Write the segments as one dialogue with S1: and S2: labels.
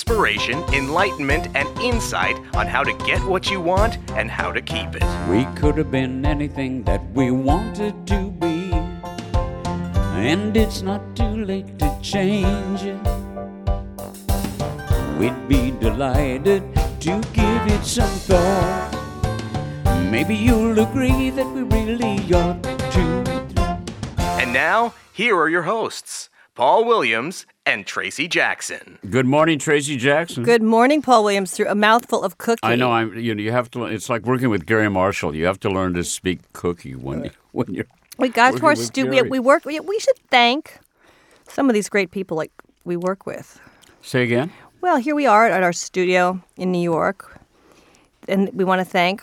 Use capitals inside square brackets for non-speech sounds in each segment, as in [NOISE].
S1: inspiration, enlightenment, and insight on how to get what you want and how to keep it.
S2: We could have been anything that we wanted to be, and it's not too late to change. We'd be delighted to give it some thought. Maybe you'll agree that we really ought to.
S1: And now, here are your hosts, Paul Williams and Tracy Jackson.
S2: Good morning, Tracy Jackson.
S3: Good morning, Paul Williams. Through a mouthful of cookie.
S2: I know. I'm. You know. You have to. It's like working with Gary Marshall. You have to learn to speak cookie when you, when you're.
S3: We got to
S2: working
S3: our
S2: with
S3: studio.
S2: Gary.
S3: We work. We, we should thank some of these great people like we work with.
S2: Say again.
S3: Well, here we are at our studio in New York, and we want to thank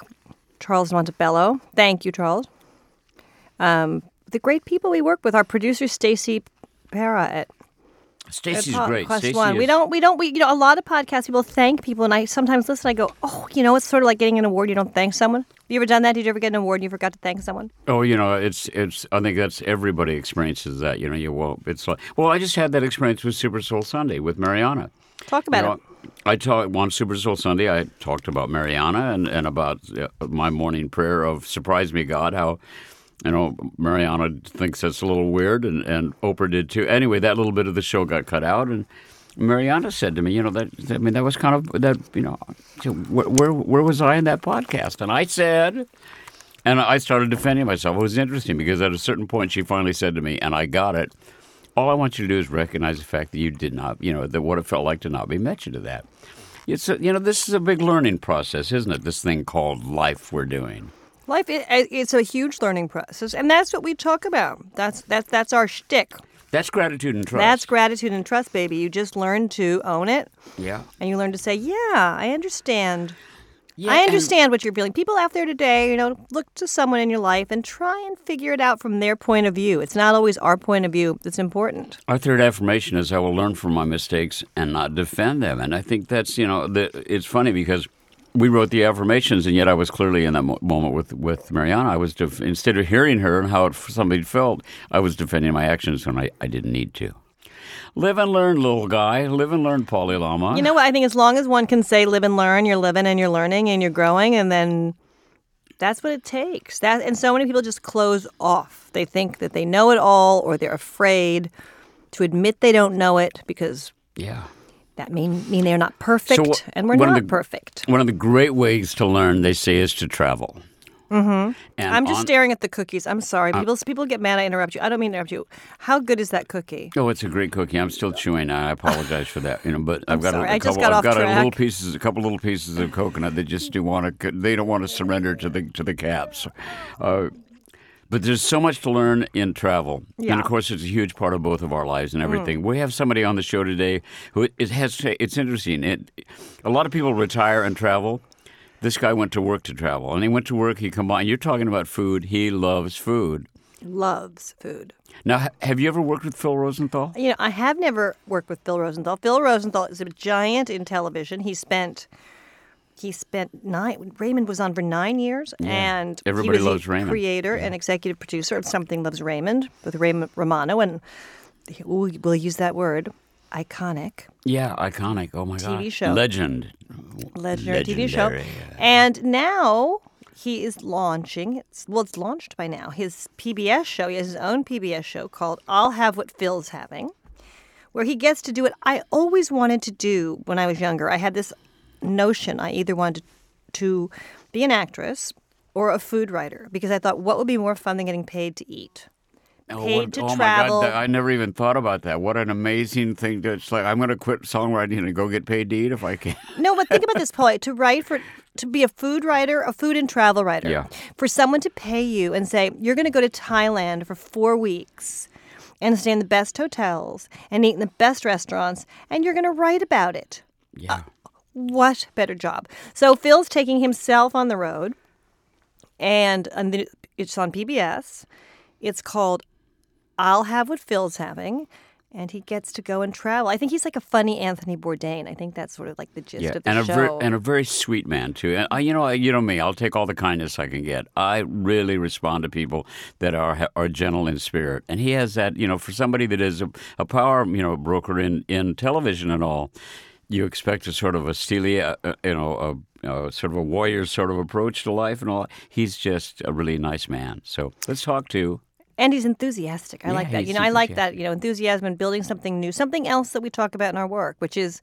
S3: Charles Montebello. Thank you, Charles. Um, the great people we work with, our producer Stacy Para at
S2: Stacy's
S3: Pod-
S2: great.
S3: Quest
S2: Stacy
S3: Uh, One. We
S2: is-
S3: don't, we don't, we, you know, a lot of podcast people thank people, and I sometimes listen, I go, oh, you know, it's sort of like getting an award, you don't thank someone. You ever done that? Did you ever get an award and you forgot to thank someone?
S2: Oh, you know, it's it's. I think that's everybody experiences that. You know, you will. It's like. Well, I just had that experience with Super Soul Sunday with Mariana.
S3: Talk about
S2: You know,
S3: it.
S2: I talked one Super Soul Sunday. I talked about Mariana and and about uh, my morning prayer of "Surprise Me, God." How you know Mariana thinks that's a little weird, and and Oprah did too. Anyway, that little bit of the show got cut out, and Mariana said to me, "You know that I mean that was kind of that you know where where, where was I in that podcast?" And I said. And I started defending myself. It was interesting because at a certain point, she finally said to me, and I got it. All I want you to do is recognize the fact that you did not, you know, that what it felt like to not be mentioned to that. It's a, you know, this is a big learning process, isn't it? This thing called life we're doing.
S3: Life i- i- it's a huge learning process, and that's what we talk about. That's that's that's our shtick.
S2: That's gratitude and trust.
S3: That's gratitude and trust, baby. You just learn to own it,
S2: yeah.
S3: and you learn to say, "Yeah, I understand.
S2: yeah.
S3: I
S2: and-
S3: understand what you're feeling." People out there today, you know, look to someone in your life and try and figure it out from their point of view. It's not always our point of view that's important.
S2: Our third affirmation is I will learn from my mistakes and not defend them. And I think that's, you know, the, it's funny because we wrote the affirmations and yet I was clearly in that mo- moment with, with Mariana. I was, def- instead of hearing her and how it, somebody felt, I was defending my actions when I, I didn't need to. Live and learn, little guy. Live and learn, Polly Lama.
S3: You know what? I think as long as one can say "live and learn," you're living and you're learning and you're growing, and then that's what it takes. That and so many people just close off. They think that they know it all, or they're afraid to admit they don't know it because
S2: Yeah.
S3: that mean mean they're not perfect,
S2: what-
S3: and we're
S2: one
S3: not
S2: of the-
S3: perfect.
S2: One of the great ways to learn, they say, is to travel. Mm-hmm. And
S3: I'm just
S2: on- Uh,
S3: staring at the cookies. I'm sorry. People people get mad. I interrupt you. I don't mean to interrupt you. How good is that cookie?
S2: Oh, it's a great cookie. I'm still chewing. I apologize for that. You know, but I've got
S3: sorry,
S2: a,
S3: I
S2: a
S3: just
S2: couple.
S3: got
S2: I've
S3: off
S2: got a little
S3: track.
S2: pieces, a couple little pieces of coconut. They just do want to. They don't want to surrender to the to the caps. Uh, but there's so much to learn in travel, and
S3: Yeah. Mm.
S2: of course, it's a huge part of both of our lives and everything. We have somebody on the show today who it has. It's interesting. It, a lot of people retire and travel. This guy went to work to travel, and he went to work. He combined. You're talking about food. He loves food.
S3: Loves food.
S2: Now, ha- have you ever worked with Phil Rosenthal?
S3: You know, I have never worked with Phil Rosenthal. Phil Rosenthal is a giant in television. He spent he spent nine Raymond was on for nine years and he
S2: Everybody
S3: was
S2: loves
S3: the
S2: Raymond.
S3: creator and executive producer of Something Loves Raymond with Raymond Romano and ooh, we'll use that word. Iconic
S2: Yeah, iconic. Oh my god.
S3: TV show.
S2: Legend.
S3: legendary, TV
S2: Legendary,
S3: show. And now he is launching, it's, well, it's launched by now, his PBS show. He has his own PBS show called I'll Have What Phil's Having, where he gets to do what I always wanted to do when I was younger. I had this notion I either wanted to be an actress or a food writer because I thought, what would be more fun than getting paid to eat?
S2: Oh,
S3: Paid
S2: what-
S3: to
S2: oh
S3: travel.
S2: my god, that- I never even thought about that. What an amazing thing to it's like I'm gonna quit songwriting and go get paid to eat if I can.
S3: No, but think about this, Paul. To write for, to be a food writer, a food and travel writer,
S2: Yeah.
S3: for someone to pay you and say you're going to go to Thailand for four weeks, and stay in the best hotels and eat in the best restaurants, and you're going to write about it. Uh,
S2: Yeah.
S3: What better job? So Phil's taking himself on the road, and, and the, it's on PBS. It's called "I'll Have What Phil's Having." And he gets to go and travel. I think he's like a funny Anthony Bourdain. I think that's sort of like the gist
S2: yeah.
S3: of the
S2: And a
S3: show.
S2: very and a very sweet man too. And I, you know, I, you know me. I'll take all the kindness I can get. I really respond to people that are are gentle in spirit. And he has that. You know, for somebody that is a, a power, you know, broker in in television and all. you expect a sort of a steely, uh, uh, you know, a, a sort of a warrior sort of approach to life and all. He's just a really nice man. So let's talk to.
S3: And he's enthusiastic. I
S2: Yeah,
S3: like that.
S2: he's
S3: You know, I like that, you know, enthusiasm and building something new. Something else that we talk about in our work, which is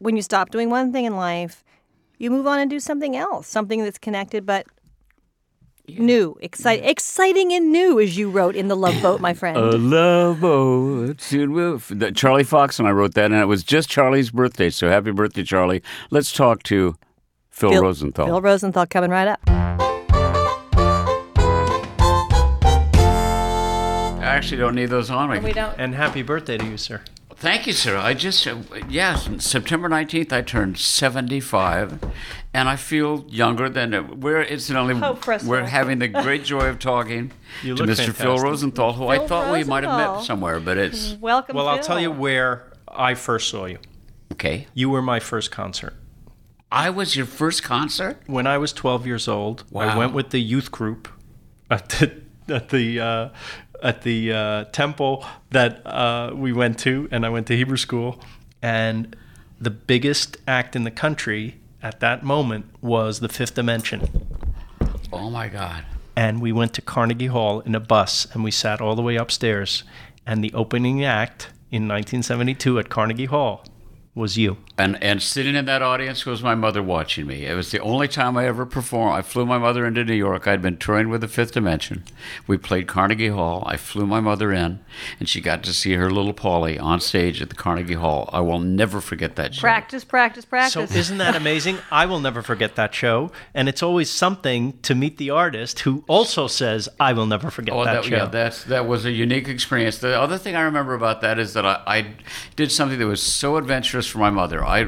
S3: when you stop doing one thing in life, you move on and do something else, something that's connected but new, exciting, exciting and new, as you wrote in The Love Boat, my friend.
S2: A love boat soon will. f- that- Charlie Fox and I wrote that, and it was just Charlie's birthday. So happy birthday, Charlie! Let's talk to Phil,
S3: Bill-
S2: Rosenthal.
S3: Bill Rosenthal coming right up.
S2: I actually don't need those on. We
S3: don't.
S4: And happy birthday to you, sir.
S2: Thank you, sir. I just, uh, yes, September 19th, I turned 75, and I feel younger than uh, we're incidentally,
S3: Hope for us
S2: we're
S3: all.
S2: having the great joy of talking
S4: You
S2: to Mr.
S4: look
S2: Phil
S4: fantastic.
S2: Rosenthal, who I
S3: Phil
S2: thought we might have met
S3: Rosenthal.
S2: somewhere, but it's
S3: Welcome.
S4: Well, I'll
S3: Phil.
S4: tell you where I first saw you.
S2: okay.
S4: You were my first concert.
S2: I was your first concert?
S4: When I was 12 years old,
S2: Wow.
S4: I went with the youth group at the at the uh, at the uh, temple that uh, we went to, and I went to Hebrew school. And the biggest act in the country at that moment was the Fifth Dimension.
S2: Oh my God.
S4: and we went to Carnegie Hall in a bus and we sat all the way upstairs. And the opening act in 1972 at Carnegie Hall was you.
S2: And, and sitting in that audience was my mother watching me. It was the only time I ever performed. I flew my mother into New York. I'd been touring with the Fifth Dimension. We played Carnegie Hall. I flew my mother in, and she got to see her little Polly on stage at the Carnegie Hall. I will never forget that show.
S3: Practice, practice,
S4: So
S3: practice.
S4: isn't that amazing? I will never forget that show. And it's always something to meet the artist who also says, I will never forget
S2: Oh,
S4: that,
S2: that,
S4: show.
S2: yeah, that's that was a unique experience. The other thing I remember about that is that I, I did something that was so adventurous for my mother. I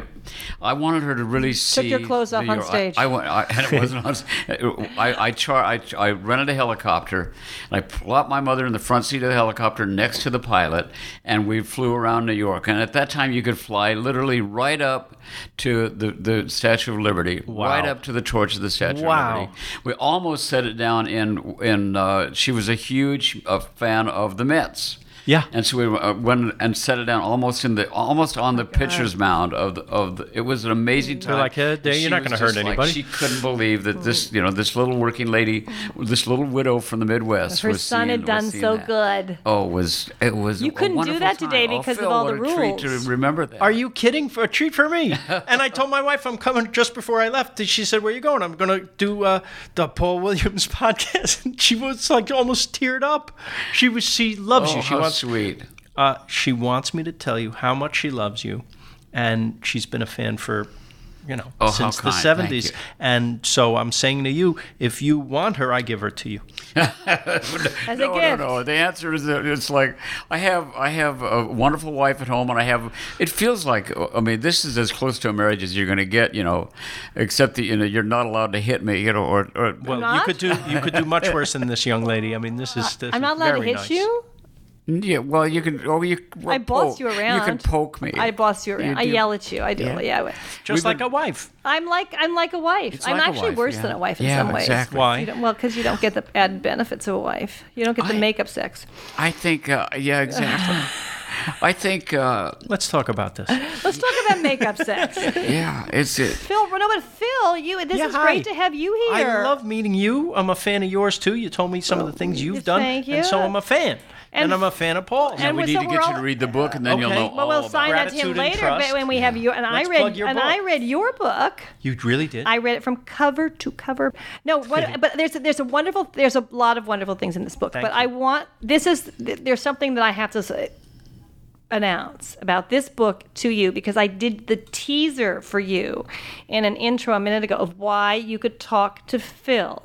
S2: I wanted her to really see.
S3: your clothes off
S2: New
S3: on
S2: York. I-
S3: stage.
S2: I, went, I, and it wasn't on. s- [LAUGHS] I I, char, I I rented a helicopter and I plopped my mother in the front seat of the helicopter next to the pilot, and we flew around New York. And at that time, you could fly literally right up to the the Statue of Liberty, right up to the torch of the Statue
S4: Wow.
S2: of Liberty. We almost set it down in in. Uh, she was a huge uh, fan of the Mets.
S4: Yeah.
S2: and so we uh, went and set it down almost in the almost on
S3: Oh
S2: the pitcher's mound of the, of the, it was an amazing time.
S4: like, "Eh, Dave,
S2: She
S4: you're not
S2: was
S4: gonna hurt
S2: just like-
S4: anybody."
S2: she couldn't believe that this you know this little working lady, this little widow from the Midwest,
S3: Her
S2: was seeing-
S3: son had
S2: was
S3: done
S2: seeing
S3: so
S2: that.
S3: good.
S2: Oh, it was it was
S3: You
S2: a
S3: couldn't do
S2: wonderful
S3: that today
S2: time. Oh,
S3: because of
S2: Phil,
S3: all
S2: what
S3: the
S2: a treat
S3: rules.
S2: to remember that.
S4: Are you kidding? For a treat
S2: [LAUGHS]
S4: for me? and I told my wife I'm coming just before I left. She said, "Where are you going?" I'm going to do uh, the Paul Williams [LAUGHS] podcast. And she was like almost teared up. She was. She loves
S2: Oh,
S4: you. She
S2: how
S4: wants.
S2: sweet.
S4: Uh, she wants me to tell you how much she loves you, and she's been a fan for, you know,
S2: Oh, how
S4: since the
S2: kind. Thank
S4: '70s.
S2: you.
S4: And so I'm saying to you, if you want her, I give her to you.
S3: As a
S2: no,
S3: gift.
S2: No, no, The answer is that it's like I have I have a wonderful wife at home, and I have. It feels like I mean this is as close to a marriage as you're going to get, you know, except that you know you're not allowed to hit me, you know, or, or
S4: Well, you
S3: not?
S4: could do you could do much worse than this young lady. I mean, this is this
S3: I'm
S4: is
S3: not allowed to
S4: very
S3: hit
S4: nice.
S3: you.
S2: yeah, well you can oh you well,
S3: I boss
S2: poke.
S3: you around.
S2: You can poke me.
S3: I boss you around. I
S2: do.
S3: yell at you. I do. Yeah. I would.
S4: just
S2: We've
S4: like
S2: been-
S4: a wife.
S3: I'm like I'm like a wife.
S2: It's
S3: I'm
S2: like a
S3: actually
S2: wife,
S3: worse
S2: yeah.
S3: than a wife in
S2: Yeah,
S3: some ways.
S2: exactly.
S4: Why?
S3: You don't, well, because you don't get the added benefits of a wife. You don't get the
S2: I-
S3: makeup sex.
S2: I think uh, yeah
S3: [LAUGHS]
S2: exactly. I think uh,
S4: Let's talk about this.
S3: Let's talk about
S2: [LAUGHS]
S3: makeup sex.
S2: yeah it's uh, it.
S3: Phil, no, but Phil, you. This
S4: Yeah,
S3: is
S4: hi.
S3: great to have you here.
S4: I love meeting you. I'm a fan of yours too. You told me some of the things you've done,
S3: thank you.
S4: and so I'm a fan. And,
S3: And-
S4: I'm a fan of Paul.
S3: and
S2: We
S3: we're-
S2: need
S3: so
S2: to
S3: we're
S2: get you
S3: all-
S2: to read the book, and then
S4: Okay.
S2: you'll know.
S4: Well,
S3: Well,
S2: all
S3: we'll
S2: about
S3: sign
S2: it.
S3: that to him
S4: Gratitude and
S3: later. But
S4: trust.
S3: when we have you, and
S4: Let's
S3: I read
S4: plug your
S3: and
S4: book.
S3: I read your book.
S4: you really did.
S3: I read it from cover to cover. No, what, but there's a, there's a wonderful there's a lot of wonderful things in this book.
S4: Thank
S3: but
S4: you.
S3: I want this is th- there's something that I have to say, announce about this book to you because I did the teaser for you in an intro a minute ago of why you could talk to Phil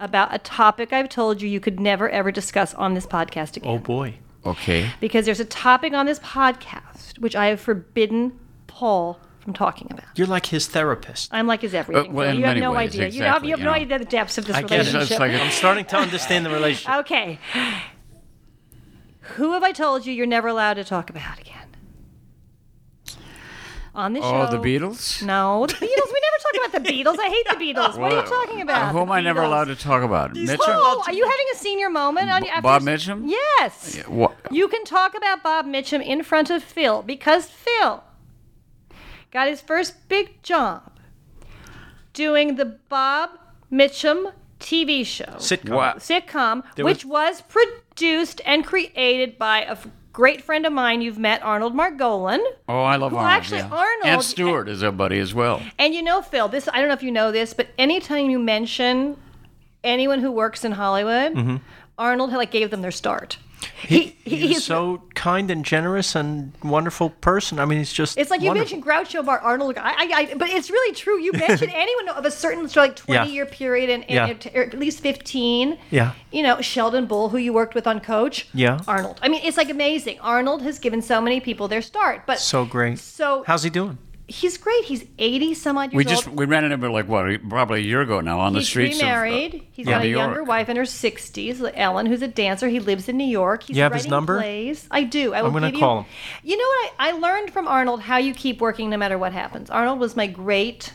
S3: about a topic I've told you you could never ever discuss on this podcast again
S4: oh boy.
S2: Okay.
S3: because there's a topic on this podcast which I have forbidden Paul from talking about.
S4: You're like his therapist.
S3: I'm like his everything.
S2: Uh, well,
S3: Phil.
S2: in
S3: you have
S2: many
S3: no
S2: ways,
S3: idea. you have,
S2: exactly,
S3: you have
S2: you
S3: no
S2: know.
S3: idea the depths of this
S4: I get it.
S3: relationship.
S2: It's like a-
S4: I'm starting to understand
S3: [LAUGHS]
S4: the relationship.
S3: okay. Who have I told you you're never allowed to talk about again? On this
S2: Oh,
S3: show.
S2: the Beatles.
S3: No, the Beatles. We never talk about the Beatles. I hate the Beatles. What are you talking about?
S2: Who am I
S3: The
S2: never
S3: Beatles.
S2: allowed to talk about? Mitchell?
S3: Oh, are you having a senior moment? On, after
S2: Bob
S3: this-
S2: Mitchum?
S3: Yes.
S2: What?
S3: You can talk about Bob Mitchum in front of Phil because Phil got his first big job doing the Bob Mitchum TV show
S4: Sitcom.
S2: Wow.
S3: sitcom, which was produced and created by a f- great friend of mine you've met, Arnold Margolin.
S2: Oh, I love Arnold.
S3: actually,
S2: yeah.
S3: Arnold-
S2: and Stewart is a buddy as well.
S3: And you know, Phil, this I don't know if you know this, but anytime you mention anyone who works in Hollywood, Arnold like gave them their start. Mm-hmm. He, he,
S4: He's so kind and generous and wonderful person. I mean, he's just.
S3: It's like you
S4: wonderful.
S3: mentioned Groucho Bar Arnold. I, I, I, but it's really true. You
S4: [LAUGHS]
S3: mentioned anyone of a certain sort of like
S4: Yeah.
S3: twenty year period and, and or at least fifteen.
S4: Yeah.
S3: You know Sheldon Bull, who you worked with on Coach.
S4: Yeah.
S3: Arnold. I mean, it's like amazing. Arnold has given so many people their start, but
S4: So great.
S3: So
S4: How's he doing?
S3: he's great. He's eighty some odd years
S2: We just
S3: old.
S2: we ran into him like what probably a year ago now on the
S3: He's
S2: streets.
S4: uh,
S2: uh,
S3: remarried. He's
S2: yeah,
S3: got a
S2: New
S3: younger
S2: York.
S3: wife in her 60s, Ellen, who's a dancer. He lives in New York. He's
S4: You have his
S3: writing
S4: number?
S3: Plays. I do. I will
S4: gonna
S3: give
S4: call
S3: you.
S4: him.
S3: You know what? I, I learned from Arnold how you keep working no matter what happens. Arnold was my great
S2: Of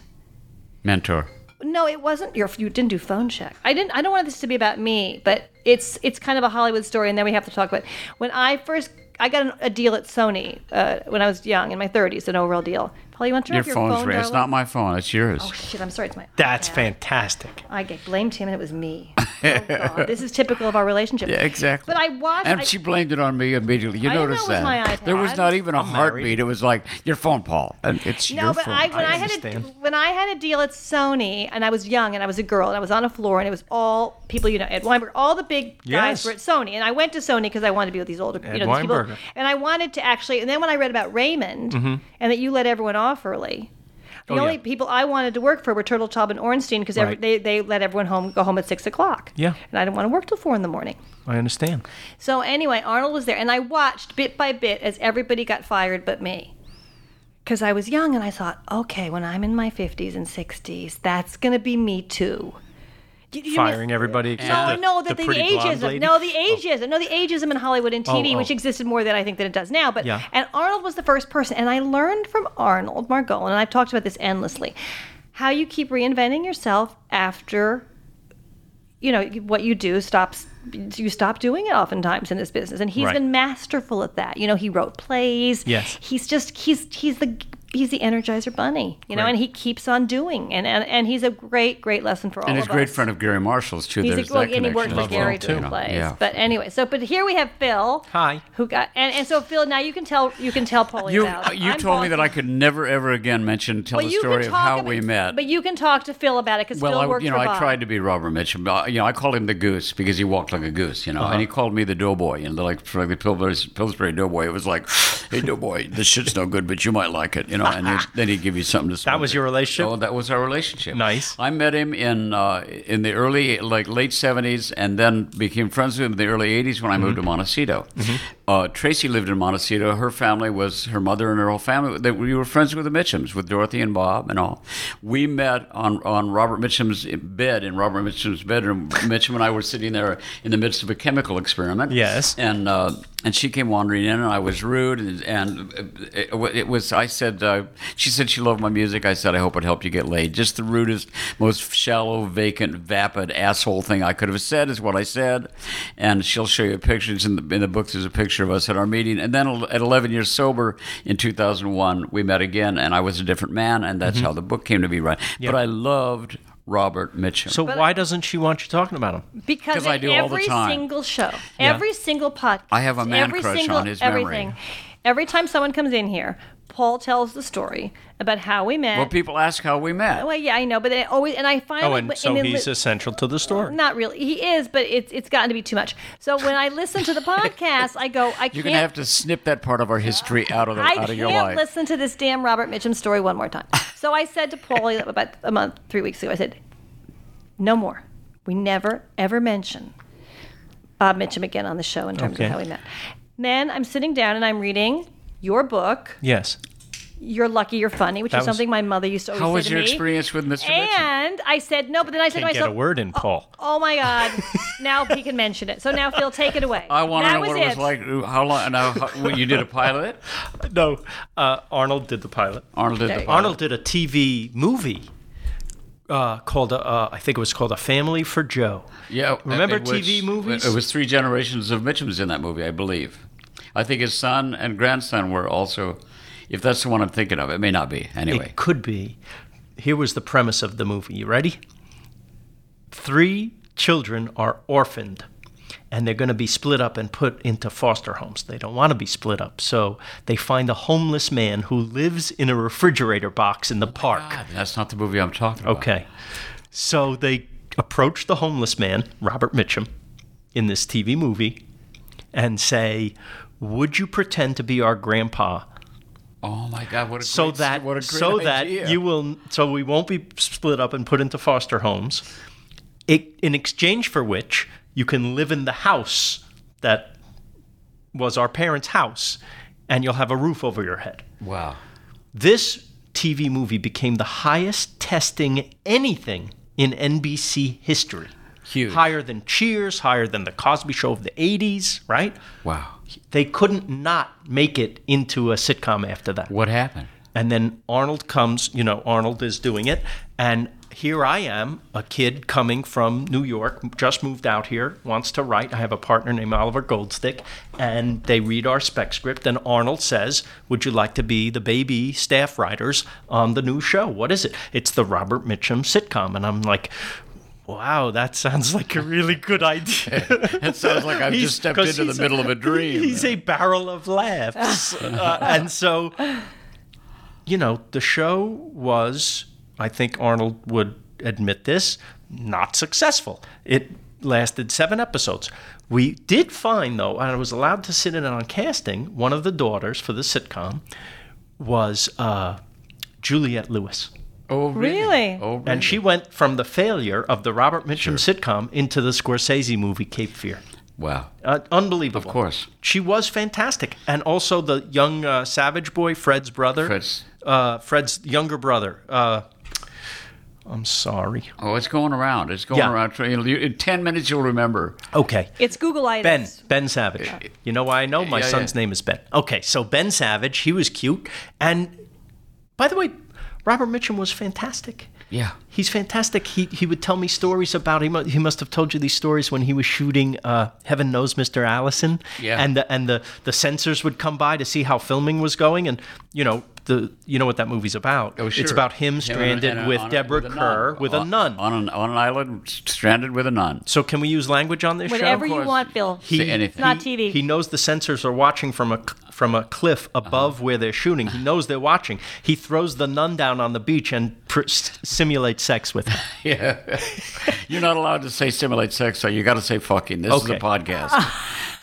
S2: mentor.
S3: No, it wasn't your. You didn't do phone check. I didn't. I don't want this to be about me, but it's it's kind of a Hollywood story, and then we have to talk about when I first. I got an, a deal at Sony uh, when I was young, in my 30s, an overall deal. Paul, you want to turn
S2: Your
S3: off your
S2: phone's
S3: phone?
S2: ringing. It's not
S3: darling?
S2: my phone. It's yours.
S3: Oh shit! I'm sorry. It's my.
S4: That's fantastic.
S3: I get blamed him, and it was
S4: [LAUGHS]
S3: me. Oh, God. This is typical of our relationship.
S2: Yeah, exactly.
S3: But I watched.
S2: And
S3: I-
S2: she blamed it on me immediately. You
S3: I didn't know
S2: noticed
S3: it was
S2: that.
S3: my iPad.
S2: There was not even a heartbeat. It was like your phone, Paul. And it's
S3: No,
S2: your
S3: but
S2: phone.
S3: I when I, had a,
S4: understand.
S3: when I had a deal at Sony and I was young and I was a girl and I was on a floor and it was all people you know Ed Weinberg, all the big guys
S4: Yes.
S3: were at Sony and I went to Sony because I wanted to be with these older
S4: Ed
S3: you know these people
S4: Weinberger.
S3: and I wanted to actually and then when I read about Raymond and that you let everyone off early. The only
S4: Mm-hmm. Oh, yeah.
S3: people I wanted to work for were Turtle Taub and Ornstein because
S4: Right.
S3: they, they let everyone home go home at six o'clock.
S4: Yeah.
S3: and I didn't want to work till four in the morning.
S4: I understand.
S3: So anyway, Arnold was there, and I watched bit by bit as everybody got fired but me. Because I was young and I thought, okay, when I'm in my 50s and 60s, that's going to be me too. You- you miss-
S4: Firing everybody except
S3: No,
S4: the,
S3: no,
S4: the
S3: the, the,
S4: pretty blonde
S3: ageism.
S4: lady.
S3: No, the ageism. No, the ageism in Hollywood and TV,
S4: Oh, oh.
S3: which existed more than I think than it does now. But
S4: Yeah.
S3: and Arnold was the first person, and I learned from Arnold Margolin, and I've talked about this endlessly, how you keep reinventing yourself after you know what you do stops you stop doing it oftentimes in this business and he's
S4: Right.
S3: been masterful at that you know he wrote plays
S4: Yes.
S3: he's just he's he's the he's the energizer bunny you know
S4: Right.
S3: and he keeps on doing and, and and he's a great great lesson for all
S2: and he's
S3: of
S2: a great
S3: us
S2: friend of Gary Marshall's too.
S3: he's
S2: There's
S3: a, well,
S2: that
S3: and he worked
S2: connection
S3: for
S2: as well,
S3: Gary
S2: too.
S3: doing plays
S2: Yeah.
S3: but anyway so but here we have phil
S4: Hi.
S3: who got and, and so phil now you can tell you can tell Polly
S2: you
S3: about
S2: you
S3: I'm
S2: told me
S3: Paul-
S2: that I could never ever again mention tell
S3: Well,
S2: the
S3: you can
S2: story of
S3: talk
S2: how
S3: about-
S2: we met.
S3: but you can talk to phil about it because
S2: Well,
S3: phil
S2: I,
S3: worked
S2: you know,
S3: for
S2: I
S3: Bob.
S2: tried to be Robert Mitchum. but, You know, I called him the goose because he walked like a goose. You know, and he
S3: Uh-huh.
S2: called me the doughboy, and like for the Pillsbury, Pillsbury doughboy. It was like, hey doughboy, this shit's no good, but you might like it. You know, and he'd- then he'd give you something to. Smoke
S4: was your relationship?
S2: Oh, that was our relationship.
S4: Nice.
S2: I met him in uh, in the early like late seventies, and then became friends with him in the early eighties
S4: Mm-hmm.
S2: when I moved to Montecito. Uh, Tracy lived in Montecito. Her family was her mother and her whole family. They, we were friends with the Mitchums, with Dorothy and Bob and all. We met on on Robert Mitchum's bed in Robert Mitchum's bedroom. Mitchum and I were sitting there in the midst of a chemical experiment.
S4: Yes.
S2: and. Uh, and she came wandering in, and I was rude, and, and it, it was. I said, uh, she said she loved my music. I said, I hope it helped you get laid. Just the rudest, most shallow, vacant, vapid asshole thing I could have said is what I said. And she'll show you pictures in the in the book. There's a picture of us at our meeting, and then at 11 years sober in 2001, we met again, and I was a different man, and that's how the book came to be. Right, but I loved Robert Mitchum.
S4: So why doesn't she want you talking about him?
S3: because
S2: 'Cause I
S3: in
S2: do all the
S3: every
S2: time.
S3: single show, every single podcast,
S2: I have a man
S3: every
S2: crush
S3: single,
S2: on his memory.
S3: everything. Every time someone comes in here, Paul tells the story about how we met.
S2: well, people ask how we met.
S3: Well, yeah, I know, but it always and I finally
S4: Oh, and so
S3: then
S4: he's
S3: li-
S4: essential to the story.
S3: not really. He is, but it's it's gotten to be too much. So when I
S2: [LAUGHS]
S3: listen to the podcast, I go, I
S2: You're
S3: can't.
S2: gonna have to snip that part of our history out of the,
S3: I
S2: out of
S3: can't
S2: your life.
S3: listen to this damn Robert Mitchum story
S2: [LAUGHS]
S3: one more time. So I said to Paul about a month, three weeks ago, I said, no more. We never, ever mention Bob Mitchum again on the show in terms
S4: Okay.
S3: of how we met. Then I'm sitting down and I'm reading your book,
S4: Yes.
S3: You're Lucky, You're Funny, which is
S4: That was-
S3: something my mother used to always
S2: How
S3: say
S2: was
S3: to
S2: your
S3: me.
S2: experience with Mr. Mitchum?
S3: And I said, no, but then I said
S4: Can't
S3: to myself,
S4: get a word in, Paul.
S3: oh my God, now he can mention it. So now Phil, take it away.
S2: I want to
S3: That
S2: know what it was like. How long? Now, how, when you did a pilot?
S4: No, uh, Arnold did the pilot.
S2: Arnold did the pilot.
S4: Arnold did a TV movie uh, called, uh, I think it was called A Family for Joe.
S2: Yeah.
S4: Remember
S2: it was-
S4: TV movies?
S2: It was three generations of Mitchums in that movie, I believe. I think his son and grandson were also If that's the one I'm thinking of, it may not be. Anyway,
S4: It could be. Here was the premise of the movie. You ready? Three children are orphaned and they're going to be split up and put into foster homes. They don't want to be split up. So they find a homeless man who lives in a refrigerator box in the park.
S2: Oh God, that's not the movie I'm talking about.
S4: Okay. So they approach the homeless man, Robert Mitchum, in this TV movie and say, Would you pretend to be our grandpa?
S2: Oh my God, what a great,
S4: so that
S2: what a great
S4: so
S2: idea.
S4: that you will so we won't be split up and put into foster homes it, in exchange for which you can live in the house that was our parents house and you'll have a roof over your head
S2: wow.
S4: this tv movie became the highest testing anything in nbc history
S2: Huge.
S4: higher than cheers higher than the cosby show of the 80s right
S2: Wow.
S4: they couldn't not make it into a sitcom after that
S2: What happened?
S4: and then Arnold comes, you know, Arnold is doing it. And here I am, a kid coming from New York, just moved out here, wants to write. I have a partner named Oliver Goldstick, and they read our spec script. And Arnold says, Would you like to be the baby staff writers on the new show? What is it? It's the Robert Mitchum sitcom. And I'm like, Wow, that sounds like a really good idea.
S2: It sounds like I've
S4: He's-
S2: just stepped
S4: 'cause
S2: into the
S4: he's-
S2: middle of
S4: [LAUGHS]
S2: a dream.
S4: He's a barrel
S2: [LAUGHS]
S4: of laughs. Uh, and so, you know, the show was, I think Arnold would admit this, not successful. It lasted seven episodes. We did find, though, and I was allowed to sit in on casting, one of the daughters for the sitcom was uh, Juliette Lewis.
S2: oh,
S5: Really?
S2: Oh, really?
S4: And she went from the failure of the Robert Mitchum sitcom into the Scorsese movie Cape Fear.
S2: wow.
S4: Uh, unbelievable.
S2: Of course.
S4: She was fantastic. And also the young uh, Savage Boy, Fred's brother.
S2: Fred's-
S4: Uh, Fred's younger brother. Uh, I'm sorry.
S2: Oh, it's going around. It's going
S4: Yeah.
S2: around. You- you- In ten minutes, you'll remember.
S4: Okay.
S5: It's Googleitis.
S4: Ben, Ben Savage. You know why I know? My
S2: Yeah,
S4: son's
S2: yeah.
S4: name is Ben. Okay, so Ben Savage, he was cute. And by the way, Robert Mitchum was fantastic.
S2: Yeah.
S4: He's fantastic. He, he would tell me stories about he, mu- he must have told you these stories when he was shooting uh, Heaven Knows Mr. Allison.
S2: Yeah.
S4: And the and the, the censors would come by to see how filming was going and you know the you know what that movie's about.
S2: Oh,
S4: It's
S2: sure.
S4: about him
S2: and-
S4: stranded
S2: and uh,
S4: with
S2: on a-
S4: Deborah
S2: with a Uh,
S4: Kerr with a nun.
S2: on an on an island, s- stranded with a nun.
S4: so can we use language on this show?
S5: Whatever you
S2: course.
S5: want, Bill.
S2: He- Say anything.
S5: It's not TV.
S4: He knows the sensors are watching from a from a cliff above where they're shooting. He knows they're watching. He throws the nun down on the beach and pr- s- simulates sex with her.
S2: Yeah. You're not allowed to say simulate sex, so you got to say fucking. This is
S4: Okay.
S5: [LAUGHS]
S2: a podcast.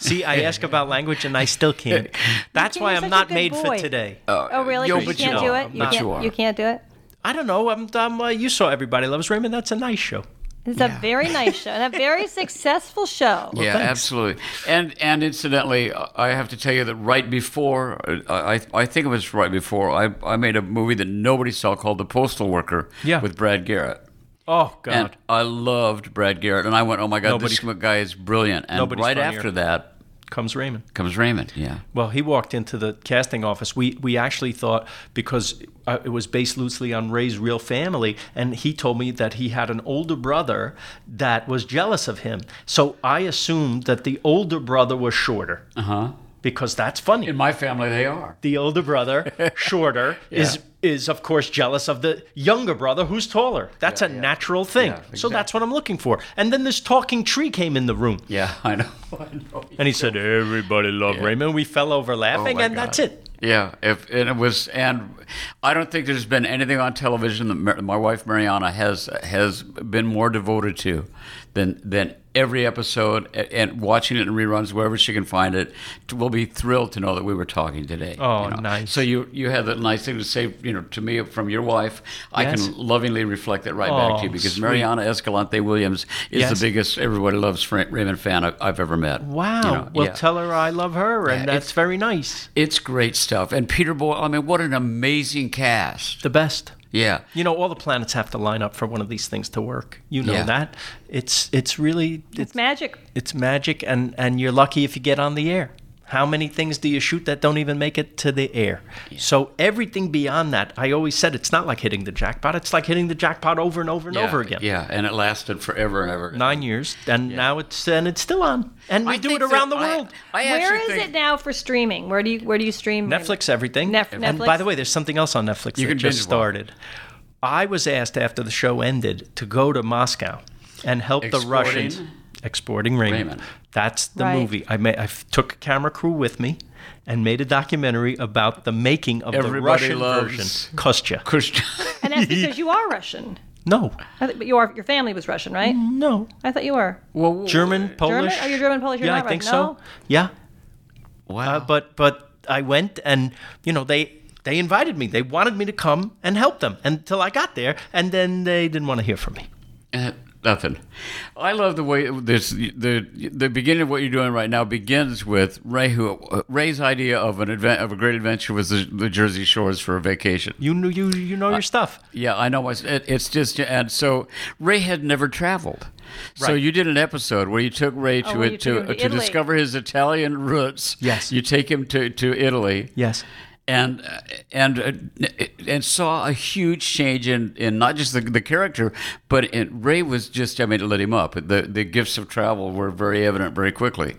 S4: See, I ask about language and I still can't. That's
S5: You're
S4: why
S5: such
S4: I'm
S5: a
S4: not
S5: good
S4: made for
S5: boy.
S4: today.
S5: oh, really?
S2: Yo,
S5: you
S2: but you
S5: can't
S2: are.
S5: do it? You
S2: But
S5: can't,
S2: you are.
S5: can't do it?
S4: I don't know. I'm, I'm uh, you saw everybody loves Raymond. That's a nice show.
S5: It's a very nice show and a
S4: [LAUGHS]
S5: very successful show.
S2: yeah, absolutely. And and incidentally, I have to tell you that right before uh, I I- I think it was right before I I made a movie that nobody saw called The Postal Worker.
S4: Yeah.
S2: With Brad Garrett.
S4: Oh God.
S2: And I loved Brad Garrett, and I went, "Oh my God, this
S4: Nobody's-
S2: guy is brilliant!" And
S4: nobody's
S2: right
S4: funnier.
S2: after that
S4: Comes Raymond.
S2: comes Raymond. Yeah,
S4: Well, he walked into the casting office. We we actually thought because uh, it was based loosely on Ray's real family, and he told me that he had an older brother that was jealous of him. So I assumed that the older brother was shorter. Uh huh. Because that's funny.
S2: Uh-huh. in my family they are.
S4: the
S2: [LAUGHS]
S4: older brother, shorter, is is of course jealous of the younger brother who's taller. That's a natural thing. So that's what I'm looking for. And then this talking tree came in the room.
S2: Yeah, [LAUGHS] I know. I know.
S4: And he said, "Everybody loved Raymond." We fell over
S2: Oh
S4: laughing,
S2: my
S4: and
S2: God.
S4: that's it.
S2: Yeah, if and it was, and I don't think there's been anything on television that Mar- my wife Mariana has has been more devoted to than than every episode a- and watching it in reruns wherever she can find it. t- Will be thrilled to know that we were talking today.
S4: Oh,
S2: you know.
S4: nice.
S2: So you you had that nice thing to say, you know, to me from your wife. I
S4: Yes.
S2: can lovingly reflect that right back to you
S4: Oh,
S2: because
S4: sweet.
S2: Mariana Escalante Williams is
S4: Yes.
S2: the biggest everybody loves Fra- Raymond fan I- I've ever met.
S4: Wow.
S2: You know,
S4: well,
S2: yeah.
S4: tell her I love her, and
S2: Yeah,
S4: that's
S2: it's-
S4: very nice.
S2: It's great stuff. And Peter Boyle, I mean, what an amazing cast.
S4: The best.
S2: Yeah.
S4: You know, all the planets have to line up for one of these things to work. You know
S2: Yeah.
S4: that. It's it's really it's
S5: It's magic.
S4: it's magic, and and you're lucky if you get on the air. How many things do you shoot that don't even make it to the air? So everything beyond that, I always said it's not like hitting the jackpot. It's like hitting the jackpot over and over and over again.
S2: Yeah, and it lasted forever and ever.
S4: Nine years, and now it's and it's still on, and we
S2: I
S4: do
S2: think
S4: it around
S2: that
S4: the
S2: I-
S4: world.
S2: I
S5: Where
S2: actually
S5: is
S2: think
S5: it now for streaming? Where do you where do you stream?
S4: Netflix everything.
S5: Nef-
S4: And
S5: Netflix?
S4: by the way, there's something else on Netflix
S2: You
S4: that
S2: can
S4: just
S2: binge watch.
S4: started. I was asked after the show ended to go to Moscow and help the
S2: Exporting?
S4: Russians exporting Raymond.
S2: Raymond.
S4: That's the
S5: Right.
S4: movie. I ma- I f- took a camera crew with me and made a documentary about the making of the
S2: Everybody
S4: Russian
S2: loves-
S4: version. Kostya. [LAUGHS]
S2: Christian.
S5: And that's because you are Russian.
S4: No,
S5: I think, but you are, your family was Russian, right?
S4: no.
S5: I thought you were.
S2: well,
S4: German, Polish.
S5: Are you German, Polish? You're
S4: yeah,
S5: not
S4: I think
S5: right. No?
S4: so. Yeah,
S2: Wow.
S4: Uh, but but I went and you know they they invited me. They wanted me to come and help them until I got there, and then they didn't want to hear from me.
S2: Eh, Nothing. I love the way this the the beginning of what you're doing right now begins with Ray who uh, Ray's idea of an advent of a great adventure was the, the Jersey Shores for a vacation.
S4: You knew you you know your
S2: Uh,
S4: stuff.
S2: Yeah, I know. my- It, it's just and so Ray had never traveled. So
S4: Right.
S2: you did an episode where you took Ray to
S5: Oh, where
S2: it
S5: you took
S2: to
S5: him to
S2: to
S5: Italy.
S2: discover his Italian roots.
S4: Yes.
S2: you take him to to Italy.
S4: Yes.
S2: and uh, and uh, and saw a huge change in, in not just the, the character, but in, Ray was just I mean it lit him up. The the gifts of travel were very evident very quickly.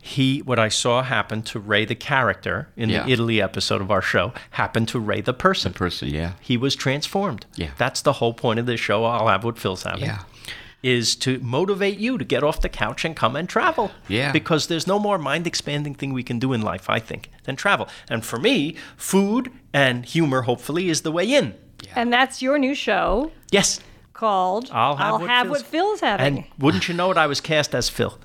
S4: He what I saw happen to Ray the character in
S2: Yeah.
S4: the Italy episode of our show happened to Ray the person.
S2: Person, yeah,
S4: he was transformed.
S2: Yeah.
S4: That's the whole point of this show. I'll have what Phil's having.
S2: Yeah.
S4: Is to motivate you to get off the couch and come and travel.
S2: Yeah.
S4: Because there's no more mind expanding thing we can do in life, I think, than travel. And for me, food and humor, hopefully, is the way in.
S5: And that's your new show
S4: Yes.
S5: called
S4: I'll have, what, Phil's.
S5: Phil's Having.
S4: And wouldn't you know it, I was cast as Phil.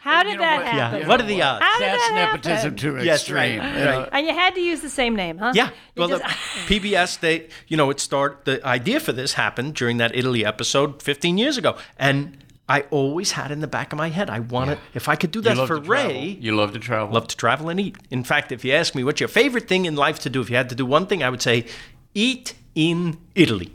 S5: How did
S2: You know
S5: that
S2: what? Yeah.
S5: happen?
S2: You
S4: What are the odds?
S5: How did
S2: that's
S5: that happen?
S2: nepotism to an
S4: Yes, right,
S2: extreme.
S4: right.
S5: And you had to use the same name, huh?
S4: Yeah.
S5: You
S4: Well,
S5: just-
S4: the PBS, they, you know, it started, the idea for this happened during that Italy episode 15 years ago. And I always had in the back of my head, I want to, if I could do
S2: You
S4: that
S2: love
S4: for
S2: to travel.
S4: Ray,
S2: you love to travel.
S4: love to travel and eat. In fact, if you ask me what's your favorite thing in life to do, if you had to do one thing, I would say eat in Italy.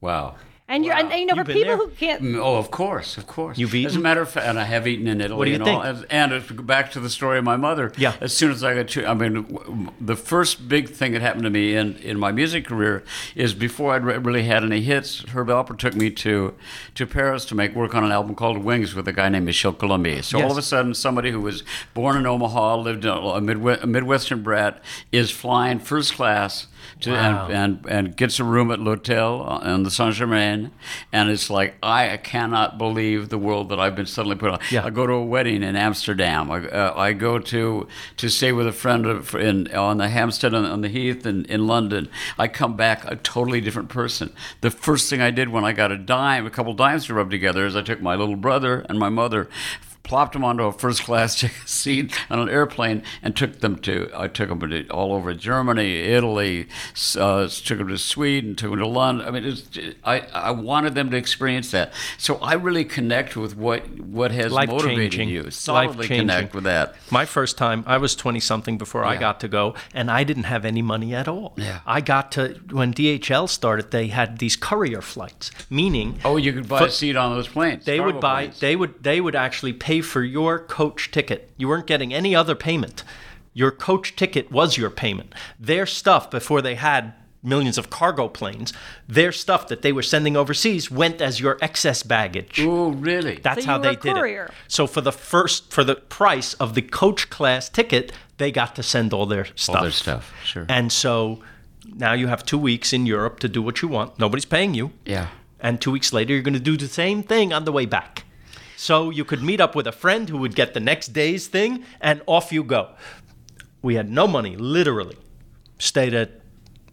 S2: wow.
S5: [LAUGHS] and you're, and, and, you know,
S4: You've
S5: for
S4: been
S5: people
S4: there?
S5: who can't,
S2: Mm, Oh, of course, of course.
S4: You've
S2: As a
S4: eaten?
S2: matter of fact, and I have eaten in Italy.
S4: do you
S2: and
S4: think?
S2: All, as- and if, back to the story of my mother.
S4: Yeah.
S2: As soon as I got to, I mean, w- the first big thing that happened to me in, in my music career is before I'd re- really had any hits, Herb Alpert took me to to Paris to make work on an album called Wings with a guy named Michel Colombier. So all
S4: Yes.
S2: of a sudden, somebody who was born in Omaha, lived in a Midwe- a Midwestern brat, is flying first class to
S4: Wow.
S2: and, and and gets a room at l'hotel on the Saint Germain, and it's like I cannot believe the world that I've been suddenly put on.
S4: Yeah.
S2: I go to a wedding in Amsterdam. I, uh, I go to to stay with a friend of, in on the Hampstead on, on the Heath in, in London. I come back a totally different person. The first thing I did when I got a dime, a couple dimes to rub together, is I took my little brother and my mother. Plopped them onto a first-class [LAUGHS] seat on an airplane and took them to. I took them to all over Germany, Italy, s- uh, took them to Sweden, took them to London. I mean, it's, I I wanted them to experience that. So I really connect with what what has
S4: Life
S2: motivated
S4: changing.
S2: you. Solidly
S4: Life-changing.
S2: connect with that.
S4: My first time, I was 20 something before I got to go, and I didn't have any money at all.
S2: Yeah.
S4: I got to, when DHL started, they had these courier flights, meaning
S2: Oh, you could buy a
S4: Foot-
S2: seat on those planes.
S4: they would
S2: cargo
S4: buy
S2: planes.
S4: they would they would actually pay for your coach ticket you weren't getting any other payment your coach ticket was your payment their stuff before they had millions of cargo planes their stuff that they were sending overseas went as your excess baggage
S2: Oh, really?
S4: that's
S5: So
S4: how
S5: you were
S4: they
S5: a
S4: did
S5: courier.
S4: it so for the first for the price of the coach class ticket they got to send all their stuff
S2: their stuff, sure.
S4: and so now you have two weeks in europe to do what you want nobody's paying you
S2: yeah.
S4: and two weeks later, you're going to do the same thing on the way back. So you could meet up with a friend who would get the next day's thing, and off you go. We had no money, literally. Stayed at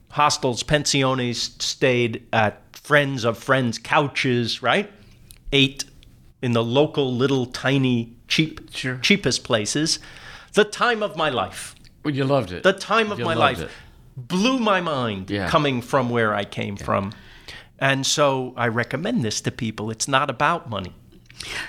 S4: hostels, pensiones, stayed at friends of friends' couches, right? Ate in the local little tiny cheap
S2: Sure.
S4: cheapest places. The time of my life
S2: Well, you loved it.
S4: the time of
S2: You
S4: my
S2: loved
S4: life
S2: it.
S4: blew my mind
S2: Yeah.
S4: coming from where I came from. And so I recommend this to people. It's not about money.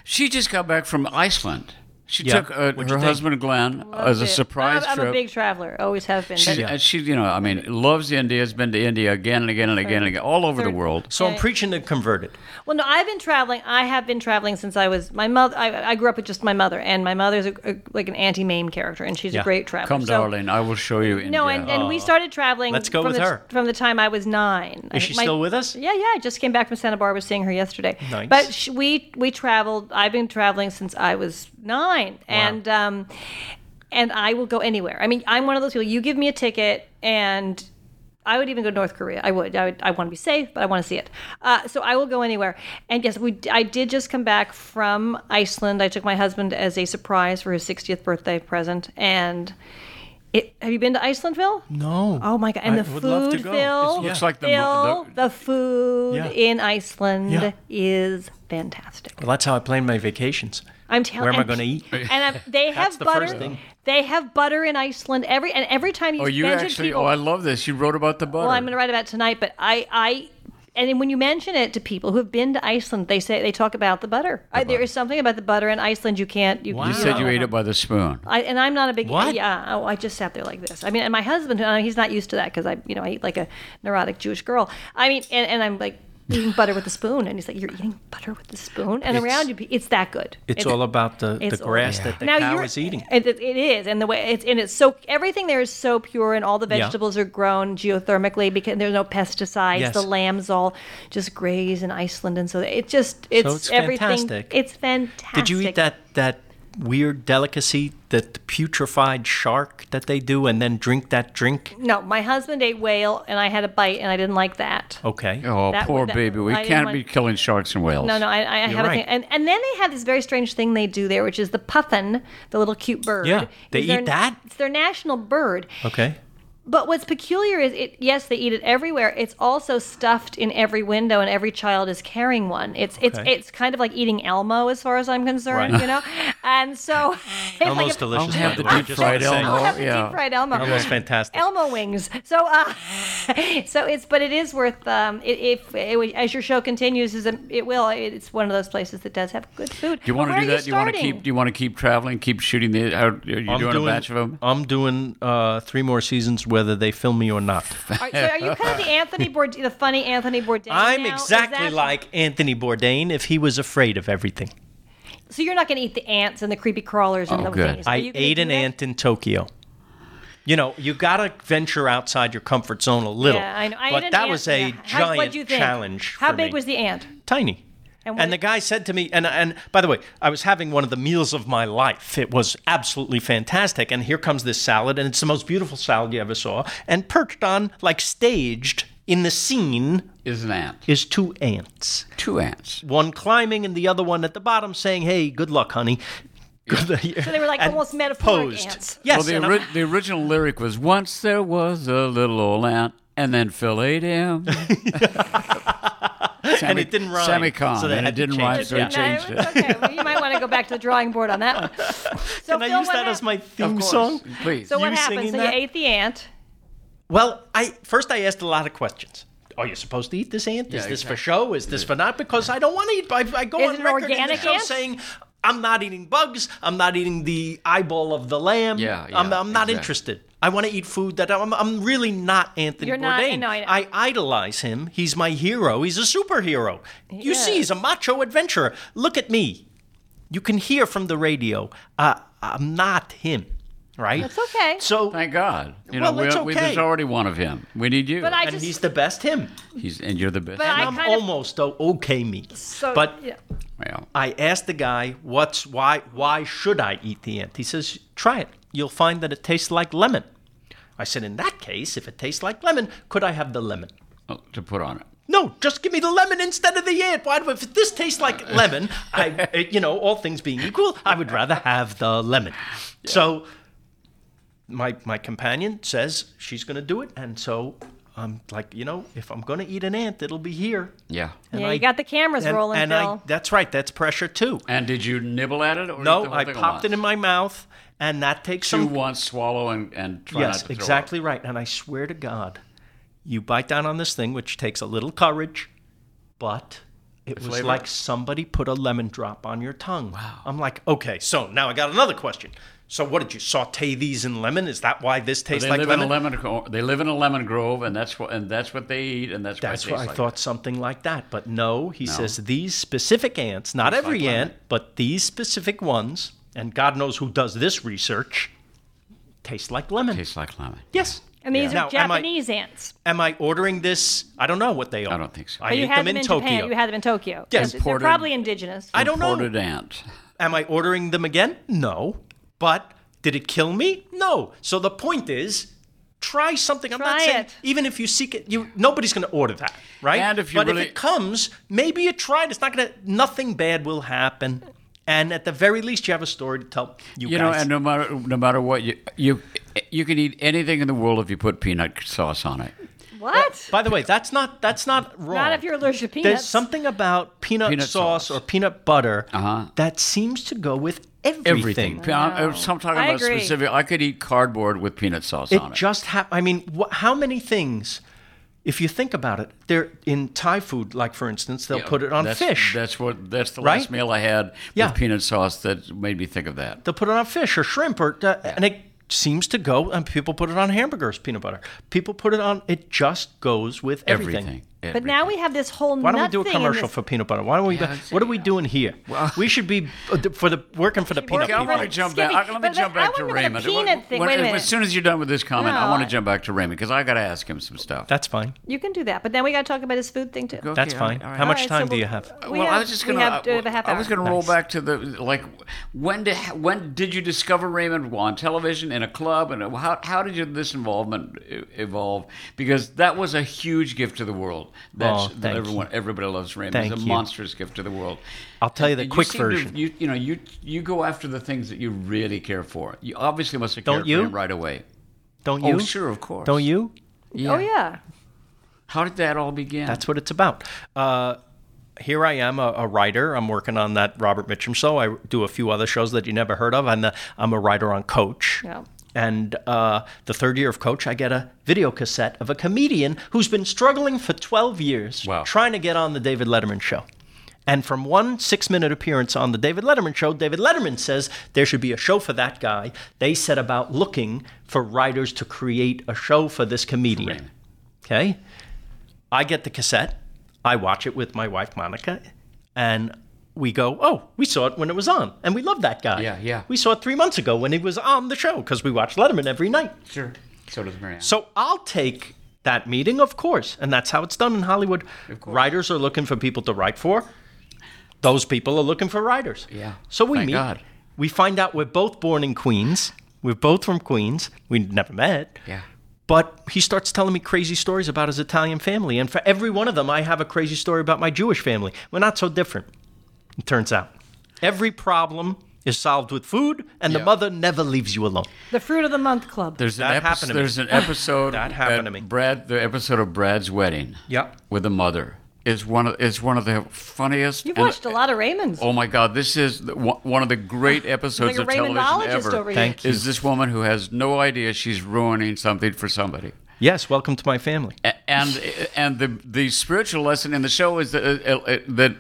S2: She just got back from Iceland. She
S4: Yeah.
S2: took uh, her
S4: What'd you think?
S2: husband Glenn as a surprise
S3: I'm,
S2: trip.
S3: I'm a big traveler. Always have been.
S2: She,
S3: But
S2: uh, she, you know, I mean, loves India. Has been to India again and again and again and again, all over the
S3: Third.
S2: world.
S4: So I'm preaching to converted.
S3: Well, no, I've been traveling. I have been traveling since I was my mother. I, I grew up with just my mother, and my mother's a, a, like an Auntie Mame character, and she's
S4: Yeah.
S3: a great traveler.
S2: Come,
S3: So-
S2: darling, I will show you India.
S3: No, and, and we started traveling.
S4: Let's go
S3: from
S4: with
S3: the,
S4: her.
S3: From the time I was nine.
S4: Is she still with us?
S3: Yeah, yeah. I just came back from Santa Barbara, seeing her yesterday.
S4: Nice.
S3: But sh we we traveled. I've been traveling since I was nine, and um, and I will go anywhere. I mean, I'm one of those people. You give me a ticket, and I would even go to North Korea. I would. I would. I want to be safe, but I want to see it. Uh, so I will go anywhere. And yes, we. I did just come back from Iceland. I took my husband as a surprise for his 60th birthday present, and. It, have you been to Iceland, Phil?
S4: No.
S3: Oh my god! And
S4: I
S3: the
S4: would love to
S3: food,
S4: go.
S3: Phil.
S4: It's-
S2: looks like the,
S3: Phil,
S2: the-
S3: the, food
S4: Yeah.
S3: in Iceland
S4: Yeah.
S3: is fantastic.
S4: Well, that's how I plan my vacations.
S3: I'm telling.
S4: Where am I
S3: and-
S4: going to eat?
S3: [LAUGHS] And I'm, they
S4: That's
S3: have
S4: the
S3: butter.
S4: first thing.
S3: They have butter in Iceland every and every time you
S2: oh, you
S3: mention
S2: actually.
S3: people.
S2: Oh, I love this. You wrote about the butter.
S3: well, I'm going to write about it tonight, but I I. And then when you mention it to people who have been to Iceland, they say they talk about the butter. I, there is something about the butter in Iceland you can't. You,
S2: you said you ate it by the spoon.
S3: I, and I'm not a big
S4: What?
S3: yeah. Oh, I just sat there like this. I mean, and my husband, uh, he's not used to that because I, you know, I eat like a neurotic Jewish girl. I mean, and, and I'm like eating butter with a spoon, and he's like, "You're eating butter with a spoon," and
S4: It's-
S3: around you, pe- it's that good.
S4: It's, all about the, the
S3: it's all-
S4: grass that the
S3: now
S4: cow
S3: you're-
S4: is eating.
S3: It, it- it is, and the way it's and it's so everything there is so pure, and all the
S4: Yeah.
S3: vegetables are grown geothermically because there's no pesticides.
S4: Yes.
S3: The lambs all just graze in Iceland, and so it just it's,
S4: it's
S3: everything.
S4: fantastic.
S3: It's fantastic.
S4: Did you eat that that weird delicacy, that putrefied shark that they do, and then drink that drink?
S3: No, my husband ate whale, and I had a bite, and I didn't like that.
S4: Okay.
S2: Oh,
S3: That-
S2: poor
S3: that-
S2: baby. We
S3: I didn't
S2: can't
S3: want-
S2: be killing sharks and whales.
S3: No, no, I, I have a
S4: right.
S3: thing. And, and then they have this very strange thing they do there, which is the puffin, the little cute bird.
S4: Yeah, they
S3: Is their-
S4: eat that?
S3: It's their national bird.
S4: Okay.
S3: But what's peculiar is it. Yes, they eat it everywhere. It's also stuffed in every window, and every child is carrying one. It's it's
S4: Okay.
S3: it's kind of like eating Elmo, as far as I'm concerned,
S4: Right.
S3: you know. And
S2: [LAUGHS]
S3: so, [LAUGHS] it's like
S4: Elmo's
S3: if-
S4: delicious.
S2: I'll have
S4: by the
S2: the
S4: way,
S2: deep
S4: just
S2: fried
S4: to say.
S2: Elmo.
S3: I'll have the
S2: yeah.
S3: [LAUGHS] deep fried Elmo.
S4: Elmo's fantastic.
S3: Elmo wings. So, uh, [LAUGHS] so it's but it is worth um, i if, i- as your show continues, is a, it will. It's one of those places that does have good food.
S2: Do you want to do that? Do you want to keep? Do you want to keep traveling? Keep shooting the? How, are you doing, a batch of them?
S4: I'm doing uh, three more seasons, whether they film me or not.
S3: Are, so
S2: [LAUGHS]
S3: are you kind of the Anthony Bourdain, the funny Anthony Bourdain?
S4: I'm
S3: now? Is
S4: exactly
S3: that-
S4: like Anthony Bourdain if he was afraid of everything.
S3: So you're not going to eat the ants and the creepy crawlers and
S2: Oh,
S3: the
S2: good.
S3: things. Are
S4: I
S3: you gonna
S4: ate
S3: do
S4: an
S3: that?
S4: ant in Tokyo. You know, you gotta venture outside your comfort zone a little.
S3: Yeah, I know. I
S4: but
S3: ate an
S4: that
S3: ant.
S4: was a
S3: Yeah. How-
S4: giant
S3: what'd you think?
S4: challenge.
S3: How
S4: for
S3: big
S4: me.
S3: was the
S4: [LAUGHS]
S3: ant?
S4: tiny.
S3: And what-
S4: And, the guy said to me, and and by the way, I was having one of the meals of my life. It was absolutely fantastic. And here comes this salad, and it's the most beautiful salad you ever saw. And perched on, like staged in the scene,
S2: Is an ant?
S4: is two ants.
S2: Two ants.
S4: One climbing, and the other one at the bottom saying, "Hey, good luck, honey." Good so
S3: they were like almost metaphoric ants.
S4: Yes.
S2: well, the,
S4: [LAUGHS] and I'm-
S2: ori- the original lyric was once there was a little old ant, and then Phil ate him.
S4: [LAUGHS] and it didn't rhyme.
S2: Sammy Kahn,
S4: they
S2: and
S4: had
S2: it
S4: to
S2: didn't
S4: change
S2: rhyme,
S4: it.
S2: so he
S4: Yeah.
S2: changed
S3: no, it's okay. Well, you might want to go back to the drawing board on that one. So
S4: Can I
S3: Phil,
S4: use
S3: what
S4: that as
S3: hap-
S4: my theme
S2: Of course.
S4: song?
S2: Please.
S3: So what
S4: you
S3: happened?
S4: singing
S3: So
S4: that?
S3: you ate the ant.
S4: Well, I first I asked a lot of questions. Are you supposed to eat this ant? Is
S2: Yeah,
S4: this for show? Is this for not? Because I don't want to eat. I, I go
S3: Is
S4: on
S3: it an
S4: record in the
S3: organic
S4: show
S3: ant?
S4: saying I'm not eating bugs. I'm not eating the eyeball of the lamb.
S2: Yeah,
S4: I'm,
S2: yeah,
S4: I'm not
S2: exactly.
S4: interested. I want to eat food that I'm, I'm really not Anthony
S3: You're
S4: Bourdain.
S3: not- no, I know.
S4: I idolize him. He's my hero. He's a superhero. you see,
S3: is.
S4: he's a macho adventurer. Look at me. You can hear from the radio. Uh, I'm not him, right?
S3: It's okay.
S4: So,
S2: Thank God. You
S4: Well,
S2: know,
S4: it's
S2: we,
S4: okay.
S2: there's already one of him. We need you.
S3: But I
S4: and
S3: just
S4: he's the best him.
S2: He's and you're the best.
S3: But I-
S4: I'm
S3: kind of-
S4: almost o okay me.
S3: so
S4: but
S3: yeah.
S2: well,
S4: I asked the guy, "What's why? Why should I eat the ant?" He says, "Try it. You'll find that it tastes like lemon." I said, "In that case, if it tastes like lemon, could I have the lemon?"
S2: oh, to put on it.
S4: No, just give me the lemon instead of the ant. Why? do- If this tastes like lemon, I, eh, you know, all things being equal, I would rather have the lemon. So, my my companion says she's going to do it, and so I'm like, you know, if I'm going to eat an ant, it'll be here.
S2: Yeah.
S4: And
S3: Yeah,
S4: I-
S3: you got the cameras
S4: and,
S3: rolling,
S4: and I,
S3: Phil.
S4: that's right. That's pressure too.
S2: And did you nibble at it? Or eat the
S4: No,
S2: whole
S4: I
S2: thing at
S4: popped it
S2: once?
S4: in my mouth, and that takes
S2: Chew
S4: some.
S2: once, swallow, and and try not to
S4: Yes,
S2: throw up.
S4: exactly right. And I swear to God, you bite down on this thing, which takes a little courage, but It was
S1: flavor?
S4: like somebody put a lemon drop on your tongue. Wow. I'm like, okay, so now I got another question. So what did you saute these in lemon? Is that why this tastes
S2: They
S4: like
S2: live
S4: lemon?
S2: in a lemon. gro- They live in a lemon grove, and that's what and that's what they eat, and that's,
S4: That's
S2: why it
S4: what
S2: tastes
S4: I
S2: like
S4: thought something like that. But no, he says these specific ants, not every ant, but these specific ones, and God knows who does this research, taste like lemon.
S2: That. Tastes like lemon.
S4: yes.
S3: And these
S4: Yeah.
S3: are
S4: Now, am I-
S3: Japanese ants.
S4: Am I ordering this? I don't know what they are.
S2: I don't think so.
S4: I
S3: But you
S4: ate
S3: had
S4: them,
S3: them,
S4: in,
S3: in
S4: Tokyo.
S3: Japan. You had them in Tokyo.
S4: Yes.
S3: They're-
S2: Imported-
S3: They're probably indigenous.
S4: I don't know.
S2: Imported
S4: [LAUGHS]
S2: ant.
S4: Am I ordering them again? No. But did it kill me? No. So the point is, try something. I'm not
S3: Try
S4: saying
S3: it.
S4: even if you seek it, you nobody's going to order that, right?
S2: And if you
S4: but
S2: really-
S4: if it comes, maybe you try it. It's not going to. Nothing bad will happen. And at the very least, you have a story to tell you,
S2: You know,
S4: guys.
S2: and no matter no matter what you you you can eat anything in the world if you put peanut sauce on it.
S3: What?
S4: By the way, that's not that's not wrong.
S3: Not if you're allergic to
S4: There's
S3: peanuts.
S4: something about peanut,
S2: Peanut
S4: sauce,
S2: sauce. Uh-huh.
S4: or peanut butter that seems to go with everything.
S2: Everything. Pe- I'm, I'm talking
S3: I
S2: about
S3: agree.
S2: specific. I could eat cardboard with peanut sauce on
S4: It
S2: it.
S4: just happened. I mean, wh- how many things? If you think about it, they're in Thai food. Like for instance, they'll put it on
S2: that's,
S4: fish.
S2: That's what. That's the
S4: Right?
S2: last meal I had
S4: Yeah.
S2: with peanut sauce that made me think of that.
S4: they'll put it on fish or shrimp or, uh, and it seems to go. And people put it on hamburgers, peanut butter. People put it on. It just goes with everything.
S2: Everything.
S3: But now we have this whole
S4: Why don't we
S3: nut
S4: do a
S3: thing in
S4: commercial
S3: this-
S4: for peanut butter? Why don't we? what are we doing here? we should be uh, th- for the working for the peanut
S2: Okay, I
S4: people.
S2: want to jump back.
S3: Excuse me,
S2: I- Let me
S3: but
S2: jump back
S3: I
S2: to
S3: wanna know the
S2: Raymond.
S3: peanut thing.
S2: When-
S3: Wait a minute.
S2: as soon as you're done with this comment, I
S3: No,
S2: want
S3: I-
S2: to jump back to Raymond because I got to ask him some stuff.
S4: That's fine.
S3: You can do that, but then we got to talk about his food thing too.
S2: Okay,
S4: That's
S2: all
S4: fine.
S2: right, all right.
S4: How
S3: All
S4: much
S3: right,
S4: time
S3: so
S4: do you
S3: we'll-
S4: have?
S3: We
S2: well,
S3: have,
S2: I was just
S3: we
S2: gonna.
S3: have, uh, the half
S2: I
S3: hour.
S2: was gonna roll back to the like. When did when did you discover Raymond on television in a club, and uh, how how did you, this involvement e- evolve? Because that was a huge gift to the world. That's
S4: Oh,
S2: that
S4: thank
S2: everyone everybody loves Raymond.
S4: Thank
S2: it's a
S4: you.
S2: monstrous gift to the world.
S4: I'll tell you the
S2: And
S4: quick
S2: seem to-
S4: version.
S2: you you know you you go after the things that you really care for. You obviously must have
S4: Don't
S2: cared
S4: you?
S2: for him right away.
S4: Don't you?
S2: Oh sure, of course.
S4: Don't you?
S3: Oh yeah.
S2: How did that all begin?
S4: That's what it's about. Uh, here I am, a, a writer. I'm working on that Robert Mitchum show. I do a few other shows that you never heard of. I'm, the, I'm a writer on Coach.
S3: Yeah.
S4: And uh, the third year of Coach, I get a video cassette of a comedian who's been struggling for 12 years
S2: Wow.
S4: trying to get on the David Letterman show. And from one six minute appearance on the David Letterman show, David Letterman says there should be a show for that guy. They set about looking for writers to create a show for this comedian. Okay. I get the cassette. I watch it with my wife, Monica, and we go, oh, we saw it when it was on. And we love that guy.
S2: Yeah, yeah.
S4: We saw it three months ago when he was on the show because we watch Letterman every night.
S2: sure. So does Marianne.
S4: So I'll take that meeting, of course. And that's how it's done in Hollywood. Writers are looking for people to write for, those people are looking for writers.
S2: Yeah.
S4: So we
S2: Thank
S4: meet.
S2: God.
S4: We find out we're both born in Queens. We're both from Queens. We never met.
S2: yeah.
S4: But he starts telling me crazy stories about his Italian family. And for every one of them, I have a crazy story about my Jewish family. We're not so different, it turns out. Every problem is solved with food, and the
S2: Yeah.
S4: mother never leaves you alone.
S3: The fruit of the month club.
S2: There's an
S4: That
S2: epi-
S4: happened to me.
S2: There's an episode
S4: [LAUGHS] That happened
S2: at
S4: to me.
S2: Brad, the episode of Brad's wedding.
S4: Yeah.
S2: With the mother is one of is one of the funniest.
S3: You've
S2: and-
S3: watched a lot of Raymond's.
S2: Oh my God! This is the, one one of the great episodes
S3: Like a
S2: of television
S3: Raymondologist
S2: ever.
S3: over here.
S4: Thank
S2: Is this woman who has no idea she's ruining something for somebody?
S4: Yes, welcome to my family.
S2: A- and and the the spiritual lesson in the show is that uh, uh, that